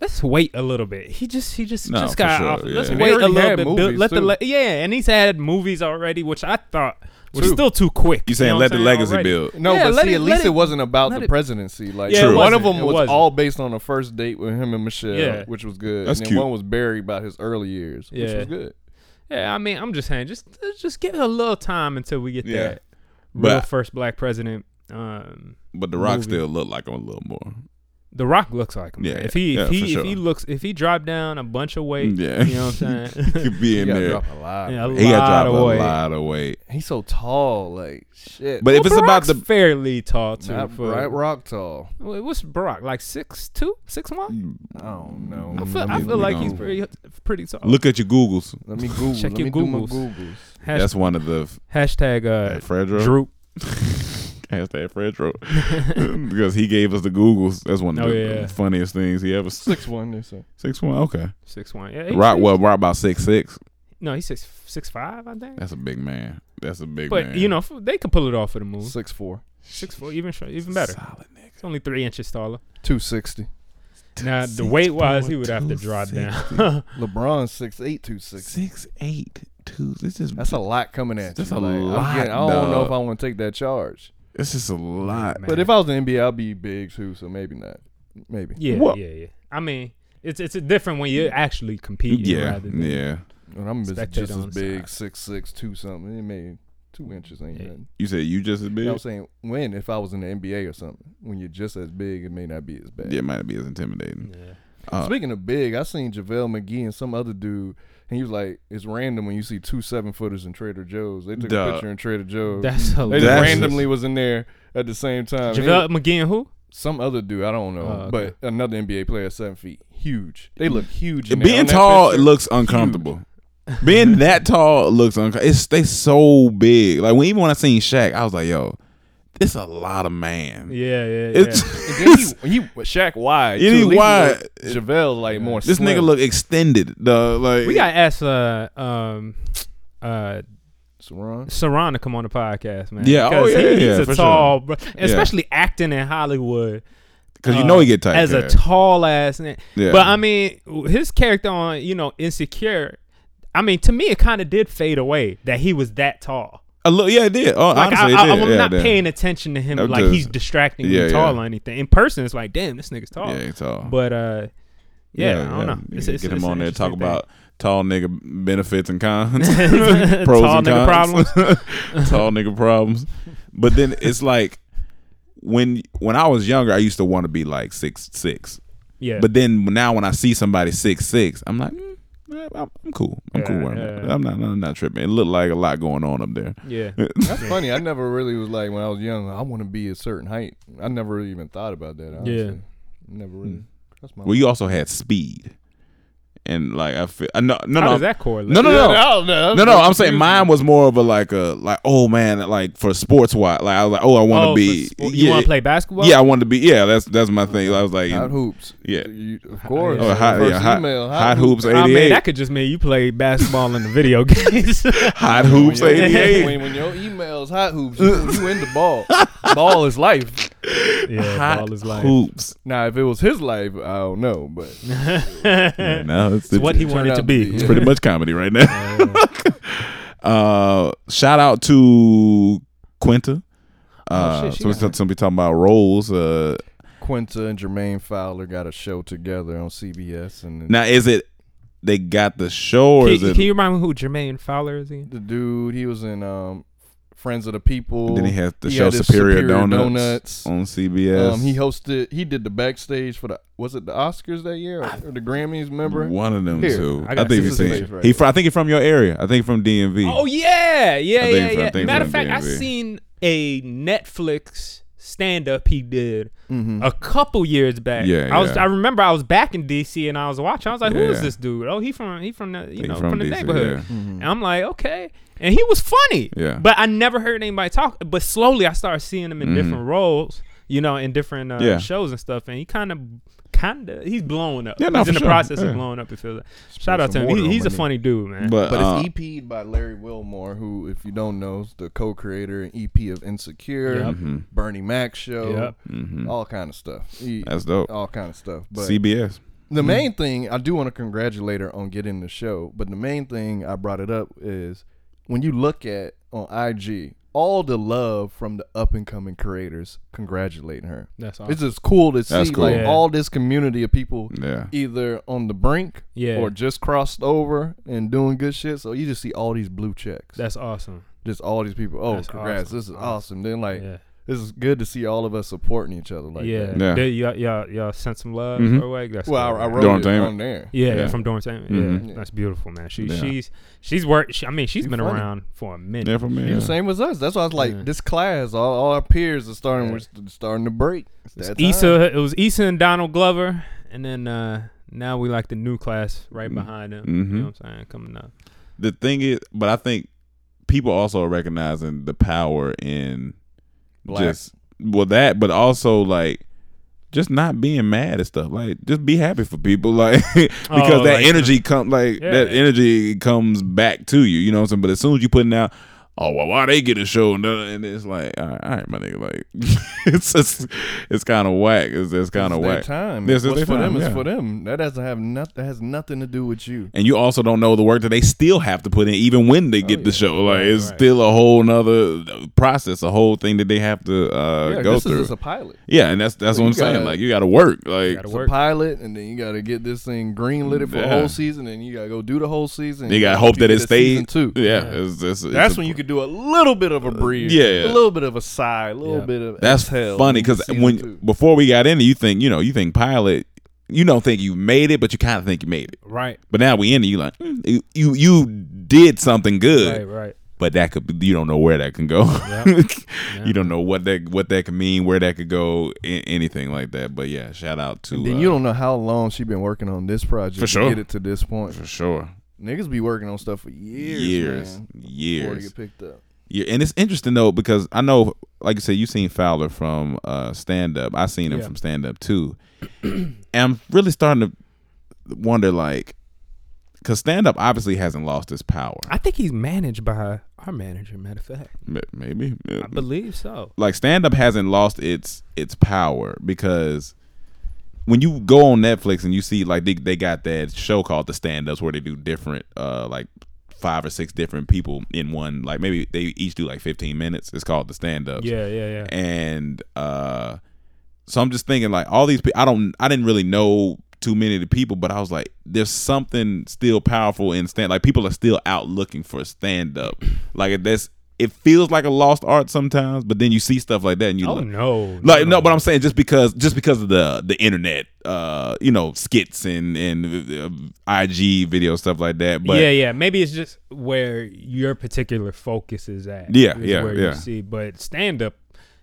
S4: let's wait a little bit. He just he just
S5: No,
S4: just
S5: for
S4: got
S5: sure,
S4: off.
S5: yeah.
S4: Let's
S5: And
S3: they
S4: wait a
S3: already
S4: little
S3: had
S4: bit.
S3: movies,
S4: Let the
S3: too.
S4: le- yeah, and he's had movies already, which I thought Which is still too quick.
S5: You saying
S4: know what
S5: let the
S4: I'm saying
S5: legacy
S4: already?
S5: build?
S3: No,
S4: Yeah,
S3: but
S4: let
S3: see,
S4: it-
S3: at
S4: let
S3: least
S4: it-
S3: it wasn't about
S4: let
S3: the
S4: it-
S3: presidency. Like
S4: Yeah,
S5: it
S3: one
S4: wasn't,
S3: of them
S4: it
S3: was
S4: wasn't.
S3: all based on a first date with him and Michelle,
S4: Yeah.
S3: which was good.
S5: That's
S3: and then
S5: cute.
S3: one was buried about his early years, which
S4: Yeah.
S3: was good.
S4: Yeah, I mean, I'm just saying, just just give it a little time until we get
S5: Yeah.
S4: that real
S5: But
S4: first black president. Um,
S5: but The Rock
S4: movie.
S5: still looked like him a little more.
S4: The Rock looks like him.
S5: Yeah,
S4: Yeah, if he if
S5: yeah,
S4: he
S5: for
S4: if
S5: sure.
S4: he looks if he dropped down a bunch of weight,
S5: Yeah,
S4: you know what I'm
S5: he
S4: saying.
S5: could be
S3: He
S5: in
S3: got
S5: there.
S3: dropped a lot.
S4: Yeah, a
S3: man.
S5: He got
S4: lot
S5: dropped
S4: of
S5: a
S4: weight.
S5: lot of weight.
S3: He's so tall, like shit.
S5: But if it's about
S4: Barack's
S5: the
S4: fairly tall too.
S3: not
S4: for-
S3: right rock tall.
S4: Wait, what's Barack like six two six one?
S3: I don't know.
S4: I feel, I
S5: let me-
S4: feel like
S5: we
S4: he's
S5: gonna-
S4: pretty pretty tall.
S5: look at your Googles,
S3: Let me Google.
S4: Check
S3: let
S4: your
S3: me do my
S4: Googles.
S3: Googles.
S4: Hash-
S5: that's one of the
S4: hashtag uh,
S5: Fredro.
S4: droop.
S5: Hashtag Fredro. because he gave us the Googles. That's one of
S4: Oh,
S5: the
S4: yeah.
S5: funniest things he ever. Six,
S3: Six one. They say.
S5: six one. Okay.
S4: Six one. Yeah, he-
S5: Rock well, Rock about six six.
S4: No, he's six six five, I think.
S5: That's a big man. That's a big
S4: but
S5: man.
S4: you know, f- they could pull it off for the movie.
S3: Six four.
S4: Six four, even sh- even better.
S5: Solid nigga.
S4: It's only three inches taller.
S3: Two sixty.
S4: Now the weight wise, he would have to drop down.
S3: LeBron six eight two sixty.
S5: Six eight two. This is
S3: That's a lot coming at
S5: That's
S3: you.
S5: a
S3: like, I'm
S5: lot,
S3: getting- I don't know
S5: dog.
S3: if I want to take that charge.
S5: It's just a lot.
S4: Man.
S3: But if I was in the NBA, I'd be big too. So maybe not. Maybe.
S4: yeah,
S5: What?
S4: yeah, yeah. I mean, it's it's different when you're actually competing.
S5: Yeah,
S4: rather than-
S5: yeah.
S3: When I'm just,
S4: Spectate
S3: just
S4: on
S3: as
S4: the
S3: big,
S4: side.
S3: six six, two something. It may two inches ain't
S4: Yeah.
S3: nothing.
S5: You said you just as
S3: You
S5: big.
S3: know what I'm saying? When if I was in the NBA or something, when you're just as big, it may not be as bad.
S5: Yeah, it might be as intimidating.
S4: Yeah.
S5: Uh,
S3: Speaking of big, I seen JaVale McGee and some other dude, and he was like, "It's random when you see two seven footers in Trader Joe's. They took
S5: Duh.
S3: a picture in Trader Joe's.
S4: That's
S3: they
S4: hilarious.
S3: just
S5: That's-
S3: randomly was in there at the same time. And
S4: JaVale McGee and who?
S3: he- some other dude, I don't know,
S4: Oh, okay.
S3: but another NBA player, seven feet, huge. They look huge. in there. On
S5: being
S3: that
S5: tall
S3: picture-
S5: looks uncomfortable. being that tall looks uncomfortable. It's they so big. Like when even when I seen Shaq, I was like, yo, this a lot of man.
S4: Yeah, yeah, yeah.
S5: It's
S3: And then he, he was Shaq wide.
S5: Yeah,
S3: too.
S5: he
S3: At least
S5: wide.
S3: looked- JaVale like more.
S5: this
S3: slim.
S5: nigga look extended. The like
S4: we gotta ask uh um uh
S3: Saran.
S4: Saran to come on the podcast, man.
S5: Yeah, oh,
S4: Because
S5: yeah,
S4: he-
S5: yeah,
S4: he's
S5: for
S4: a tall, bro, especially acting in Hollywood.
S5: because you
S4: uh,
S5: know he get tight
S4: as a tall ass. na-
S5: Yeah.
S4: But I mean, his character on you know Insecure. I mean, to me, it kind of did fade away that he was that tall.
S5: a little. Yeah, it did. Oh,
S4: Like
S5: honestly,
S4: I, I,
S5: it did.
S4: am
S5: yeah,
S4: not
S5: it did.
S4: paying attention to him.
S5: I'm
S4: like
S5: just-
S4: he's distracting
S5: yeah,
S4: me tall
S5: yeah.
S4: or anything. In person, it's like, damn, this nigga's tall.
S5: Yeah, he tall.
S4: But uh, yeah, I don't know.
S5: You
S4: It's,
S5: can
S4: it's,
S5: get
S4: it's an
S5: him on there talk
S4: interesting thing.
S5: about tall nigga benefits and cons, pros
S4: Tall
S5: and
S4: nigga
S5: cons, tall nigga problems. But then it's like when when I was younger, I used to want to be like six six.
S4: yeah.
S5: But then now when I see somebody six six, I'm like. "Mm, yeah, I'm I'm cool. I'm cool.
S4: Yeah,
S5: Where I'm, at.
S4: yeah.
S5: I'm not. I'm not tripping. It looked like a lot going on up there.
S4: yeah,
S3: That's funny. I never really was like when I was young. I want to be a certain height. I never really even thought about that. Honestly.
S4: Yeah.
S3: never really. That's my.
S5: Well, you also had speed, and like I feel. I no, no,
S4: how
S5: no,
S4: does that correlate?
S5: no, no, no.
S3: no, no,
S5: No, no, I'm saying mine was more of a like a like oh man like for sports wise like I was like oh I want to
S4: Oh, for
S5: be
S4: spo- You
S5: yeah,
S4: want to play basketball?
S5: yeah I want to be yeah that's that's my thing I was like
S3: Hot hoops.
S5: Yeah.
S3: You- of course.
S5: oh, hot,
S3: First
S5: yeah, hot,
S3: email,
S5: hot, hoops
S4: I mean,
S5: 88
S4: Ah, that could just mean you play basketball in the video games.
S5: hot hoops
S3: When your-
S5: 88
S3: When, when your email's hot hoops, you, you in the ball. Ball is life.
S4: yeah,
S5: hot
S4: ball is life.
S5: hoops
S3: Now, if it was his life, I don't know. But
S5: yeah, no it's,
S4: It's what he
S3: Turned
S4: wanted
S3: out
S4: to
S3: to
S4: be.
S3: be,
S5: it's pretty much comedy right now uh shout out to Quinta uh
S4: Oh, shit, she
S5: so we
S4: got
S5: talk- somebody talking about roles uh
S3: Quinta and Jermaine Fowler got a show together on CBS, and
S5: now is it they got the show or
S4: Can,
S5: is it
S4: can you remind me who Jermaine Fowler is again?
S3: the dude he was in um, Friends of the People.
S5: then he has the
S3: He
S5: show
S3: had his
S5: Superior,
S3: Superior
S5: Donuts,
S3: Donuts.
S5: Oh, on CBS
S3: Um, he hosted. He did the backstage for the was it the Oscars that year or, or the Grammys? Remember?
S5: One of them
S3: Here,
S5: two. I,
S4: I got
S5: think you've
S3: this is
S5: seen.
S3: his face right
S5: he
S3: here.
S5: from, I think he's from your area. I think from DMV.
S4: Oh yeah, yeah,
S5: think
S4: yeah,
S5: from- I
S4: yeah.
S5: think
S4: Matter of
S5: from
S4: fact, I
S5: DMV.
S4: seen a Netflix stand up he did a couple years back.
S5: Mm-hmm. Yeah,
S4: I was.
S5: yeah.
S4: I remember I was back in DC and I was watching. I was like, who is
S5: Yeah.
S4: this dude? Oh, he from he from the you
S5: He
S4: know
S5: from
S4: from, the
S5: DC,
S4: neighborhood.
S5: yeah.
S4: And I'm like, okay. And he was funny.
S5: Yeah. Mm-hmm.
S4: But I never heard anybody talk. But slowly I started seeing him in different roles. You know, in different uh,
S5: Yeah.
S4: shows and stuff, and he kind of, kind of, he's blowing up.
S5: Yeah, no,
S4: he's in
S5: for
S4: the
S5: sure.
S4: process
S5: Yeah.
S4: of blowing up. It feels like. Shout out to
S3: some
S4: him.
S3: water
S4: He,
S3: on
S4: he's
S3: my
S4: a
S3: knee.
S4: funny dude, man.
S5: but,
S3: But
S5: uh,
S3: it's E EP'd by Larry Wilmore, who, if you don't know, is the co-creator and EP of Insecure,
S5: Mm-hmm.
S3: Bernie Mac show,
S4: Yep.
S3: all kind of stuff. He-
S5: that's dope.
S3: all kind of stuff. Oh, But
S5: CBS.
S4: Mm-hmm.
S3: the main thing I do want to congratulate her on getting the show. But the main thing I brought it up is when you look at on IG all the love from the up and coming creators congratulating her.
S4: That's
S3: It's
S4: awesome.
S3: just cool to see
S5: cool.
S3: like
S4: Yeah.
S3: all this community of people
S5: Yeah.
S3: either on the brink
S4: Yeah.
S3: or just crossed over and doing good shit. So you just see all these blue checks.
S4: That's awesome.
S3: just all these people. Oh,
S4: That's
S3: congrats!
S4: awesome.
S3: This is awesome. Then like
S4: Yeah.
S3: this is good to see all of us supporting each other like
S4: yeah.
S3: that.
S5: Yeah.
S4: They- y'all, y'all, y'all sent some love her way. That's
S3: Well,
S4: cool,
S3: I, I
S4: man.
S3: wrote
S5: Dorm
S3: it
S5: Tainment.
S3: on there.
S4: Yeah, yeah,
S5: Yeah.
S4: from Dorm Tainment.
S5: Mhm.
S4: Yeah, that's beautiful, man. She,
S5: Yeah.
S4: She's she's worked. She, I mean, she's been
S3: funny.
S4: around for a minute.
S5: Yeah, for me.
S3: You
S5: yeah.
S3: the same as us. That's why I was like, this class, all, all our peers are starting, we're st- starting to break. It's that time.
S4: Issa, it was Issa and Donald Glover, and then uh, now we like the new class right behind them. You know what I'm saying? Coming up.
S5: the thing is, but I think people also are recognizing the power in
S3: Black.
S5: just well that, but also like just not being mad at stuff. Like just be happy for people, like because
S4: Oh,
S5: that
S4: like-
S5: energy come like
S4: Yeah.
S5: that energy comes back to you. You know what I'm saying? But as soon as you putting out. Oh well, why they get a show and none- and it's like, all right, all right, my nigga, like it's just, it's kind of whack. It's, it's kind
S3: It's
S5: of
S3: their
S5: whack.
S3: time.
S5: This is
S3: What's
S5: their
S3: for
S5: time,
S3: them
S5: yeah.
S3: is for them. That doesn't have nothing. That has nothing to do with you.
S5: and you also don't know the work that they still have to put in even when they get the show like it's still a whole nother process a whole thing that they have to uh,
S3: Yeah,
S5: go
S3: this
S5: through
S3: is just a pilot.
S5: yeah and that's that's
S3: So
S5: what i'm
S3: you gotta-
S5: saying like you gotta work like
S4: gotta
S3: It's
S4: work.
S3: a pilot, and then you got to get this thing green lit for
S5: Yeah.
S3: a whole season, and you got to go do the whole season.
S5: you gotta
S3: and
S5: hope
S3: you
S5: that
S3: get
S5: it
S3: to season
S5: stays
S3: Two.
S5: yeah, it's- it's- it's
S3: That's
S5: a-
S3: when you could do a little bit of a breathe.
S5: yeah.
S3: A little bit of a sigh. A little bit of
S5: that's
S3: exhale
S5: funny
S3: in
S5: because
S3: season
S5: when
S3: two.
S5: before we got in it, you think you know you think pilot you don't think you made it but you kind of think you made it
S4: Right.
S5: but now we in it you like mm, you you, you did something good
S4: Right. Right.
S5: but that could you don't know where that can go. you don't know what that what that could mean, where that could go, a- anything like that. But yeah, shout out to
S3: Then
S5: uh,
S3: you don't know how long she been working on this project to
S5: For sure.
S3: get it to this point.
S5: for sure
S3: Niggas be working on stuff for years,
S5: years,
S3: man, before they
S5: years.
S3: get picked up.
S5: Yeah, and it's interesting though because I know, like you said, you seen Fowler from uh, stand up. I seen him
S4: Yeah.
S5: from stand up too, and I'm really starting to wonder like, because stand up obviously hasn't lost its power.
S4: I think he's managed by our manager. Matter of fact,
S5: Ma- Maybe
S4: I believe so.
S5: like stand up hasn't lost its its power because when you go on Netflix and you see like they, they got that show called The Stand Ups where they do different uh like five or six different people in one like maybe they each do like 15 minutes it's called The Stand Ups
S4: Yeah. Yeah. Yeah.
S5: and uh so I'm just thinking like all these people I don't I didn't really know too many of the people but I was like there's something still powerful in stand like people are still out looking for stand up like that's it feels like a lost art sometimes but then you see stuff like that and you
S4: oh
S5: look,
S4: no.
S5: like no, but I'm saying just because just because of the the internet, uh, you know, skits and and uh, IG video stuff like that. But
S4: yeah, yeah. Maybe it's just where your particular focus is at.
S5: Yeah,
S4: is
S5: yeah,
S4: where
S5: yeah.
S4: You see, but stand up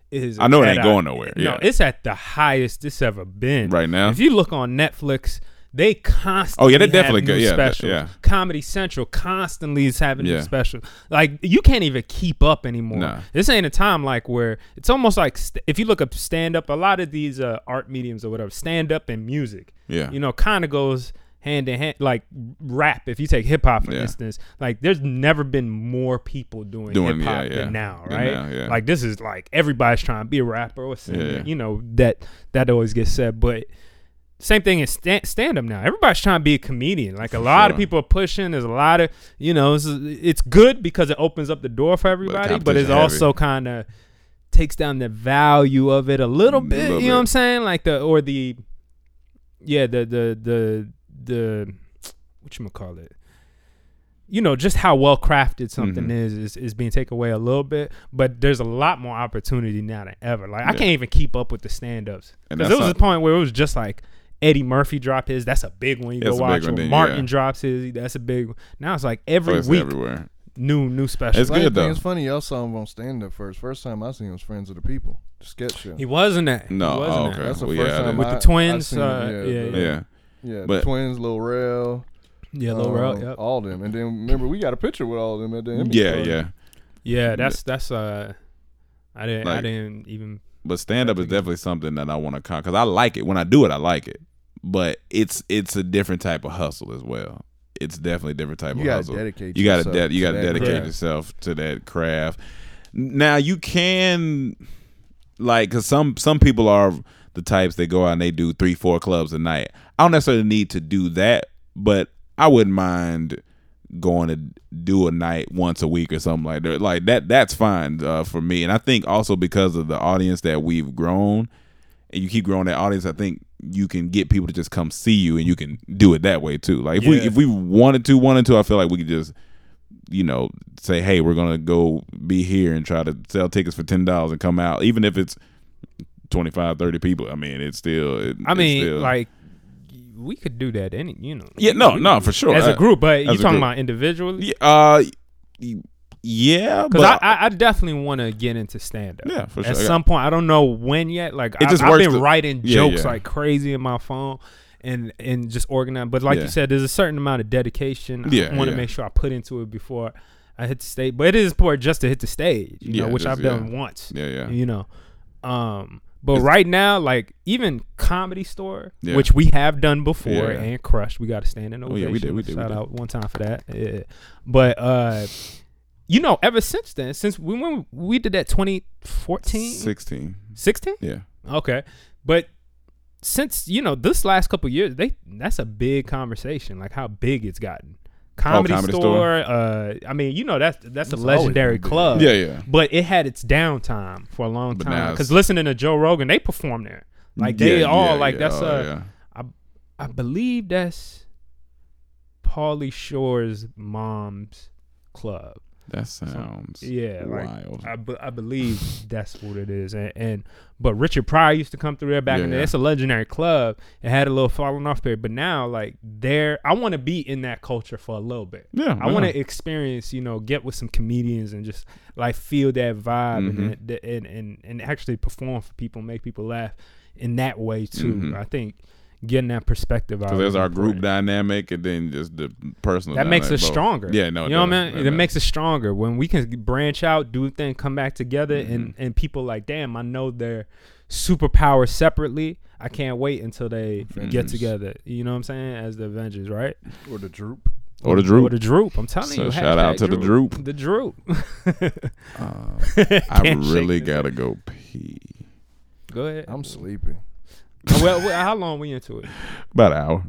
S4: is.
S5: I know it ain't
S4: at
S5: going nowhere,
S4: No,
S5: yeah.
S4: it's at the highest it's ever been
S5: Right now?
S4: If you look on Netflix. They constantly have
S5: definitely
S4: new
S5: go- yeah, that-
S4: specials.
S5: yeah.
S4: Comedy Central constantly is having
S5: Yeah.
S4: new specials. Like you can't even keep up anymore.
S5: Nah.
S4: This ain't a time like where it's almost like st- if you look up stand up, a lot of these uh, art mediums or whatever, stand up and music.
S5: Yeah.
S4: you know, kind of goes hand in hand. Like rap, if you take hip hop for
S5: Yeah.
S4: instance, like there's never been more people doing,
S5: Doing-
S4: hip hop
S5: yeah, yeah.
S4: than now,
S5: Than
S4: right?
S5: now, yeah.
S4: Like this is like everybody's trying to be a rapper or singer.
S5: Yeah, yeah.
S4: You know that that always gets said, but. Same thing as stand, stand up now. Everybody's trying to be a comedian. Like a lot of
S5: sure.
S4: people are pushing. There's a lot of you know. It's, it's good because it opens up the door for everybody, but it's
S5: competition heavy.
S4: also kind of takes down the value of it a little bit.
S5: little
S4: you know what
S5: bit.
S4: I'm saying? Like the or the yeah the the the the what you call it. You know, just how well crafted something
S5: Mm-hmm.
S4: is, is is being taken away a little bit, but there's a lot more opportunity now than ever. Like I can't even keep up with the stand ups.
S5: And
S4: Because
S5: that's
S4: there was
S5: not-
S4: a point where it was just like Eddie Murphy dropped his, that's a big one you
S5: That's
S4: go
S5: a
S4: watch.
S5: big one,
S4: Or
S5: then,
S4: Martin
S5: yeah. Oh,
S4: drops his, that's a big one. Now it's like every
S5: it's
S4: week
S5: everywhere.
S4: new new special.
S5: It's good,
S3: Same thing,
S5: though.
S3: It's funny y'all saw him on stand up first. First time I seen him was Friends of the People, the sketch show.
S4: he wasn't that.
S5: No,
S4: he
S5: oh,
S4: wasn't
S5: okay.
S4: that.
S3: That's the
S5: Well,
S3: first
S5: yeah, I
S3: time
S5: didn't-
S4: With the
S3: I- I
S4: twins,
S3: seen
S4: uh,
S3: him. yeah,
S4: yeah,
S3: the-
S5: Yeah,
S3: yeah,
S5: But-
S3: the twins, Lil Rel,
S4: Yeah, Lil Rel,
S5: Oh.
S3: um,
S4: yep.
S3: all them, and then remember we got a picture with all of them at the Emmy
S5: yeah,
S3: party.
S5: yeah.
S4: Yeah, that's that's uh, I didn't I
S5: Like-
S4: didn't even
S5: But stand up is definitely something that I want to con because I like it. When I do it, I like it. But it's it's a different type of hustle as well. It's definitely a different type
S3: You
S5: of
S3: gotta
S5: hustle.
S3: dedicate
S5: you gotta
S3: yourself
S5: de- you
S3: to
S5: gotta
S3: that
S5: dedicate
S4: craft.
S5: yourself to that craft. Now you can like because some some people are the types that go out and they do three four clubs a night. I don't necessarily need to do that, but I wouldn't mind going to do a night once a week or something like that. Like that, that's fine uh, for me. And I think also because of the audience that we've grown, and you keep growing that audience, I think you can get people to just come see you, and you can do it that way too. Like if we
S4: Yeah.
S5: if we wanted to, wanted to, I feel like we could just you know say, hey, we're gonna go be here and try to sell tickets for ten dollars and come out, even if it's 25 30 people i mean it's still it-
S4: I
S5: it's
S4: mean,
S5: still-
S4: like we could do that any you know
S5: yeah no no for sure
S4: as
S5: I-
S4: a group, but you
S5: as a
S4: talking
S5: group.
S4: about individually?
S5: yeah, uh y- yeah
S4: Because
S5: but
S4: I, I, I definitely want to get into stand up.
S5: Yeah, for
S4: At
S5: sure.
S4: some point, I don't know when yet. Like
S5: It
S4: I,
S5: just
S4: I've
S5: works
S4: been
S5: to-
S4: writing
S5: Yeah,
S4: jokes
S5: yeah.
S4: like crazy in my phone, and and just organized. But like
S5: Yeah.
S4: you said, there's a certain amount of dedication.
S5: Yeah,
S4: I want to
S5: yeah.
S4: make sure I put into it before I hit the stage. But it is important just to hit the stage, you know,
S5: Yeah,
S4: which
S5: just-
S4: I've done
S5: yeah.
S4: once.
S5: Yeah, yeah.
S4: You know, um. But right now, like even comedy store,
S5: Yeah.
S4: which we have done before
S5: Yeah, yeah.
S4: and crushed, we got to stand in the
S5: Oh, yeah, we did, we did, we
S4: Shout
S5: did.
S4: out one time for that. Yeah. But uh, you know, ever since then, since we when we did that 2014,
S5: 16
S4: 16?
S5: yeah
S4: Okay. But since, you know, this last couple years, they that's a big conversation, like how big it's gotten. Comedy,
S5: Oh, Comedy
S4: store,
S5: Store.
S4: uh I mean, you know, that's that's a legendary club.
S5: Yeah, yeah.
S4: But it had its downtime for a long
S5: But now
S4: time.
S5: it's-
S4: Because listening to Joe Rogan, they perform there. Like they
S5: Yeah,
S4: all
S5: yeah,
S4: like
S5: yeah.
S4: that's
S5: Oh,
S4: a
S5: yeah.
S4: I believe that's Pauly Shore's mom's club.
S5: that sounds
S4: Yeah, like,
S5: wild
S4: I, be- I believe that's what it is. And, and but Richard Pryor used to come through there back
S5: Yeah,
S4: in the
S5: yeah.
S4: It's a legendary club. It had a little falling off period, but now like there, I want to be in that culture for a little bit.
S5: Yeah,
S4: I want
S5: yeah.
S4: to experience, you know, get with some comedians and just like feel that vibe and
S5: Mm-hmm.
S4: that that and, and and actually perform for people, make people laugh in that way too. I think getting that perspective out.
S5: Mm-hmm. because there's
S4: is
S5: our group
S4: important.
S5: dynamic and then just the personal
S4: That makes us
S5: dynamic, both.
S4: stronger.
S5: yeah no it
S4: you know what
S5: does.
S4: I mean. It
S5: does.
S4: makes us stronger when we can branch out, do things, come back together, and
S5: Mm-hmm.
S4: and people like, damn, I know their superpowers separately. I can't wait until they
S5: Mm-hmm.
S4: get together. You know what I'm saying? As the Avengers, right?
S3: or the droop.
S5: or the droop
S4: Or the droop. I'm telling
S5: So
S4: you.
S5: shout out
S4: hashtag
S5: to the droop.
S4: The droop.
S5: i
S4: Can't shake
S5: really
S4: this.
S5: gotta go pee
S4: Go ahead.
S3: I'm sleepy.
S4: well, well, how long we into it?
S5: about an hour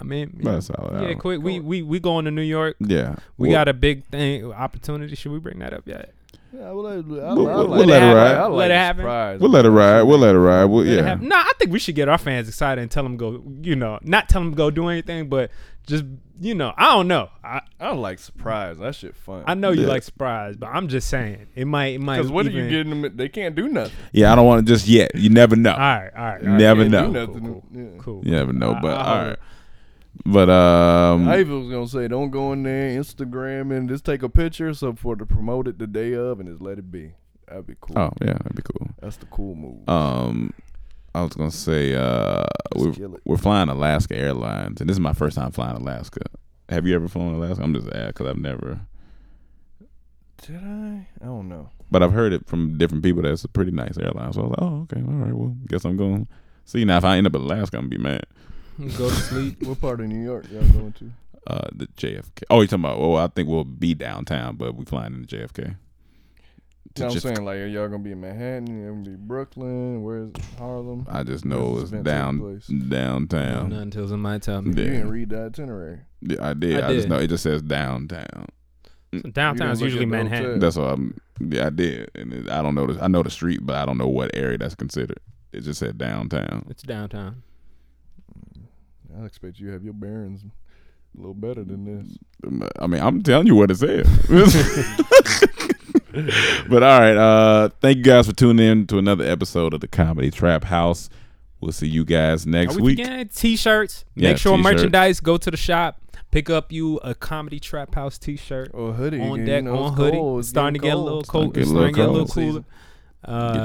S4: I mean,
S5: About a solid
S4: yeah,
S5: hour.
S4: quick. We we we going to New York.
S5: yeah
S4: We
S5: Well,
S4: got a big thing opportunity. Should we bring that up yet?
S3: Yeah, well, I, I,
S5: We'll-
S3: I
S5: we'll-
S3: like,
S5: we'll let it
S3: I
S5: ride.
S3: like- I
S4: Let
S3: like
S4: it happen.
S3: surprise.
S5: we'll let it ride we'll let it ride we'll,
S4: that
S5: yeah
S4: happen. No, I think we should get our fans excited and tell them go. You know, not tell them go do anything, but just you know, I don't know. I
S3: I like surprise. That shit fun.
S4: I know you
S5: Yeah.
S4: like surprise, but I'm just saying it might it might.
S3: Because what are you
S4: even-
S3: getting them? They can't do nothing.
S5: yeah i don't want to just yet you never know
S4: All right, all right, all
S5: You
S4: right.
S5: never
S3: Can't
S5: know
S3: do nothing. Yeah.
S4: cool.
S5: You never know,
S4: I-
S5: but
S4: I
S5: all
S4: hope
S5: right. But um,
S3: I even was gonna say, don't go in there Instagram and just take a picture. So for to promote it the day of and just let it be. That'd be cool.
S5: oh yeah, that'd be cool.
S3: That's the cool move.
S5: Um, I was gonna say uh, we're,
S3: kill it.
S5: we're flying Alaska Airlines, and this is my first time flying Alaska. Have you ever flown Alaska? I'm just asking because I've never,
S3: Did I? I don't know.
S5: but I've heard it from different people that's a pretty nice airline. So I was like, oh okay, all right, well, guess I'm going. See now, if I end up in Alaska, I'm gonna be mad.
S4: Go to sleep.
S3: What part of New York y'all going to?
S5: Uh, the JFK. Oh, you're talking about? Well, I think we'll be downtown, but we flying in the JFK.
S3: You know what I'm
S5: Just-
S3: saying? Like, are y'all gonna be in Manhattan? Y'all gonna be Brooklyn? Where's Harlem?
S5: I just know
S3: This
S5: it's
S3: event's
S5: down
S3: place.
S5: downtown.
S4: Not until somebody tell me.
S5: Yeah.
S3: You didn't read the itinerary.
S5: Yeah, I did.
S4: I
S5: I, just
S4: did.
S5: know it just says downtown.
S4: Downtown is
S3: You
S4: usually
S3: didn't look at the
S4: Manhattan.
S3: hotel.
S5: That's all I'm. Yeah, I did, and it, I don't know. The, I know the street, but I don't know what area that's considered. It just said downtown.
S4: It's downtown.
S3: I expect you to have your bearings a little better than this.
S5: I mean, I'm telling you what it said. but all right, uh, thank you guys for tuning in to another episode of the Comedy Trap House. We'll see you guys next
S4: Are we
S5: week.
S4: forgetting t-shirts?
S5: Yeah,
S4: Make sure
S5: t-shirts.
S4: merchandise. Go to the shop. Pick up you a comedy trap house t-shirt.
S3: Or hoodie.
S4: on
S3: you
S4: deck,
S3: know,
S4: on
S3: it's
S4: hoodie.
S3: cold,
S4: It's
S3: it's
S4: starting to
S3: getting
S4: get a little
S5: cold.
S4: cold. It's starting
S5: Starting
S4: to
S5: to get
S4: get
S5: a
S4: a
S5: little
S4: little
S5: cold
S4: cooler.
S5: Get the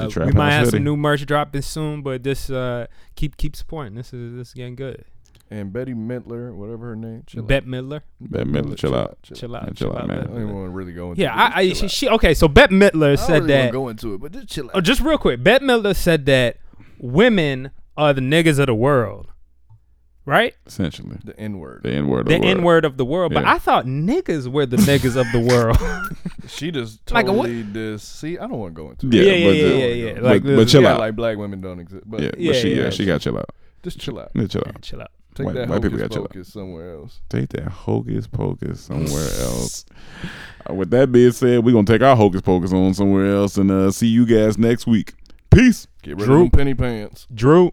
S4: Uh,
S5: Trap
S4: we might
S5: House
S4: have
S5: hoodie.
S4: some new merch dropping soon, but this uh, keep keep supporting. This is this is getting good.
S3: And Betty Midler, whatever her name. Chill out.
S4: Bette Midler,
S5: Bette Midler, chill out.
S4: chill
S5: Yeah,
S4: out,
S5: chill out, man.
S3: I
S4: Bette
S3: don't even
S4: Midler.
S3: want to really go into
S4: Yeah,
S3: it.
S4: I, I
S3: Chill
S4: she,
S3: out.
S4: she okay. So Bette Midler
S3: I don't
S4: said
S3: really wanna
S4: that.
S3: Go into it, but just chill out.
S4: Oh, just real quick, Bette Midler said that women are the niggas of the world, right?
S5: Essentially,
S3: the N word.
S5: the N word.
S4: The N word of the world. But
S5: Yeah.
S4: I thought niggas were the niggas of the world.
S3: She just
S4: Like a what-
S3: totally this. See, I don't want to go into
S5: Yeah,
S3: it.
S4: Yeah, yeah,
S5: but
S4: yeah,
S5: the-
S4: yeah, yeah.
S5: But,
S4: Like,
S5: but chill
S3: Yeah,
S5: out.
S3: like black women don't exist. But
S5: yeah, but
S4: Yeah,
S5: she, yeah,
S4: yeah.
S5: she got chill out.
S3: just chill out.
S5: Yeah, chill out.
S4: Chill out.
S3: Take
S5: White-
S3: that
S5: white people
S3: hocus
S5: gotta chill out.
S3: pocus somewhere else.
S5: Take that hocus pocus somewhere else. Uh, With that being said, we're gonna take our hocus pocus on somewhere else and uh, see you guys next week. Peace.
S3: Get rid
S4: Drew.
S3: of them penny pants.
S4: Drew.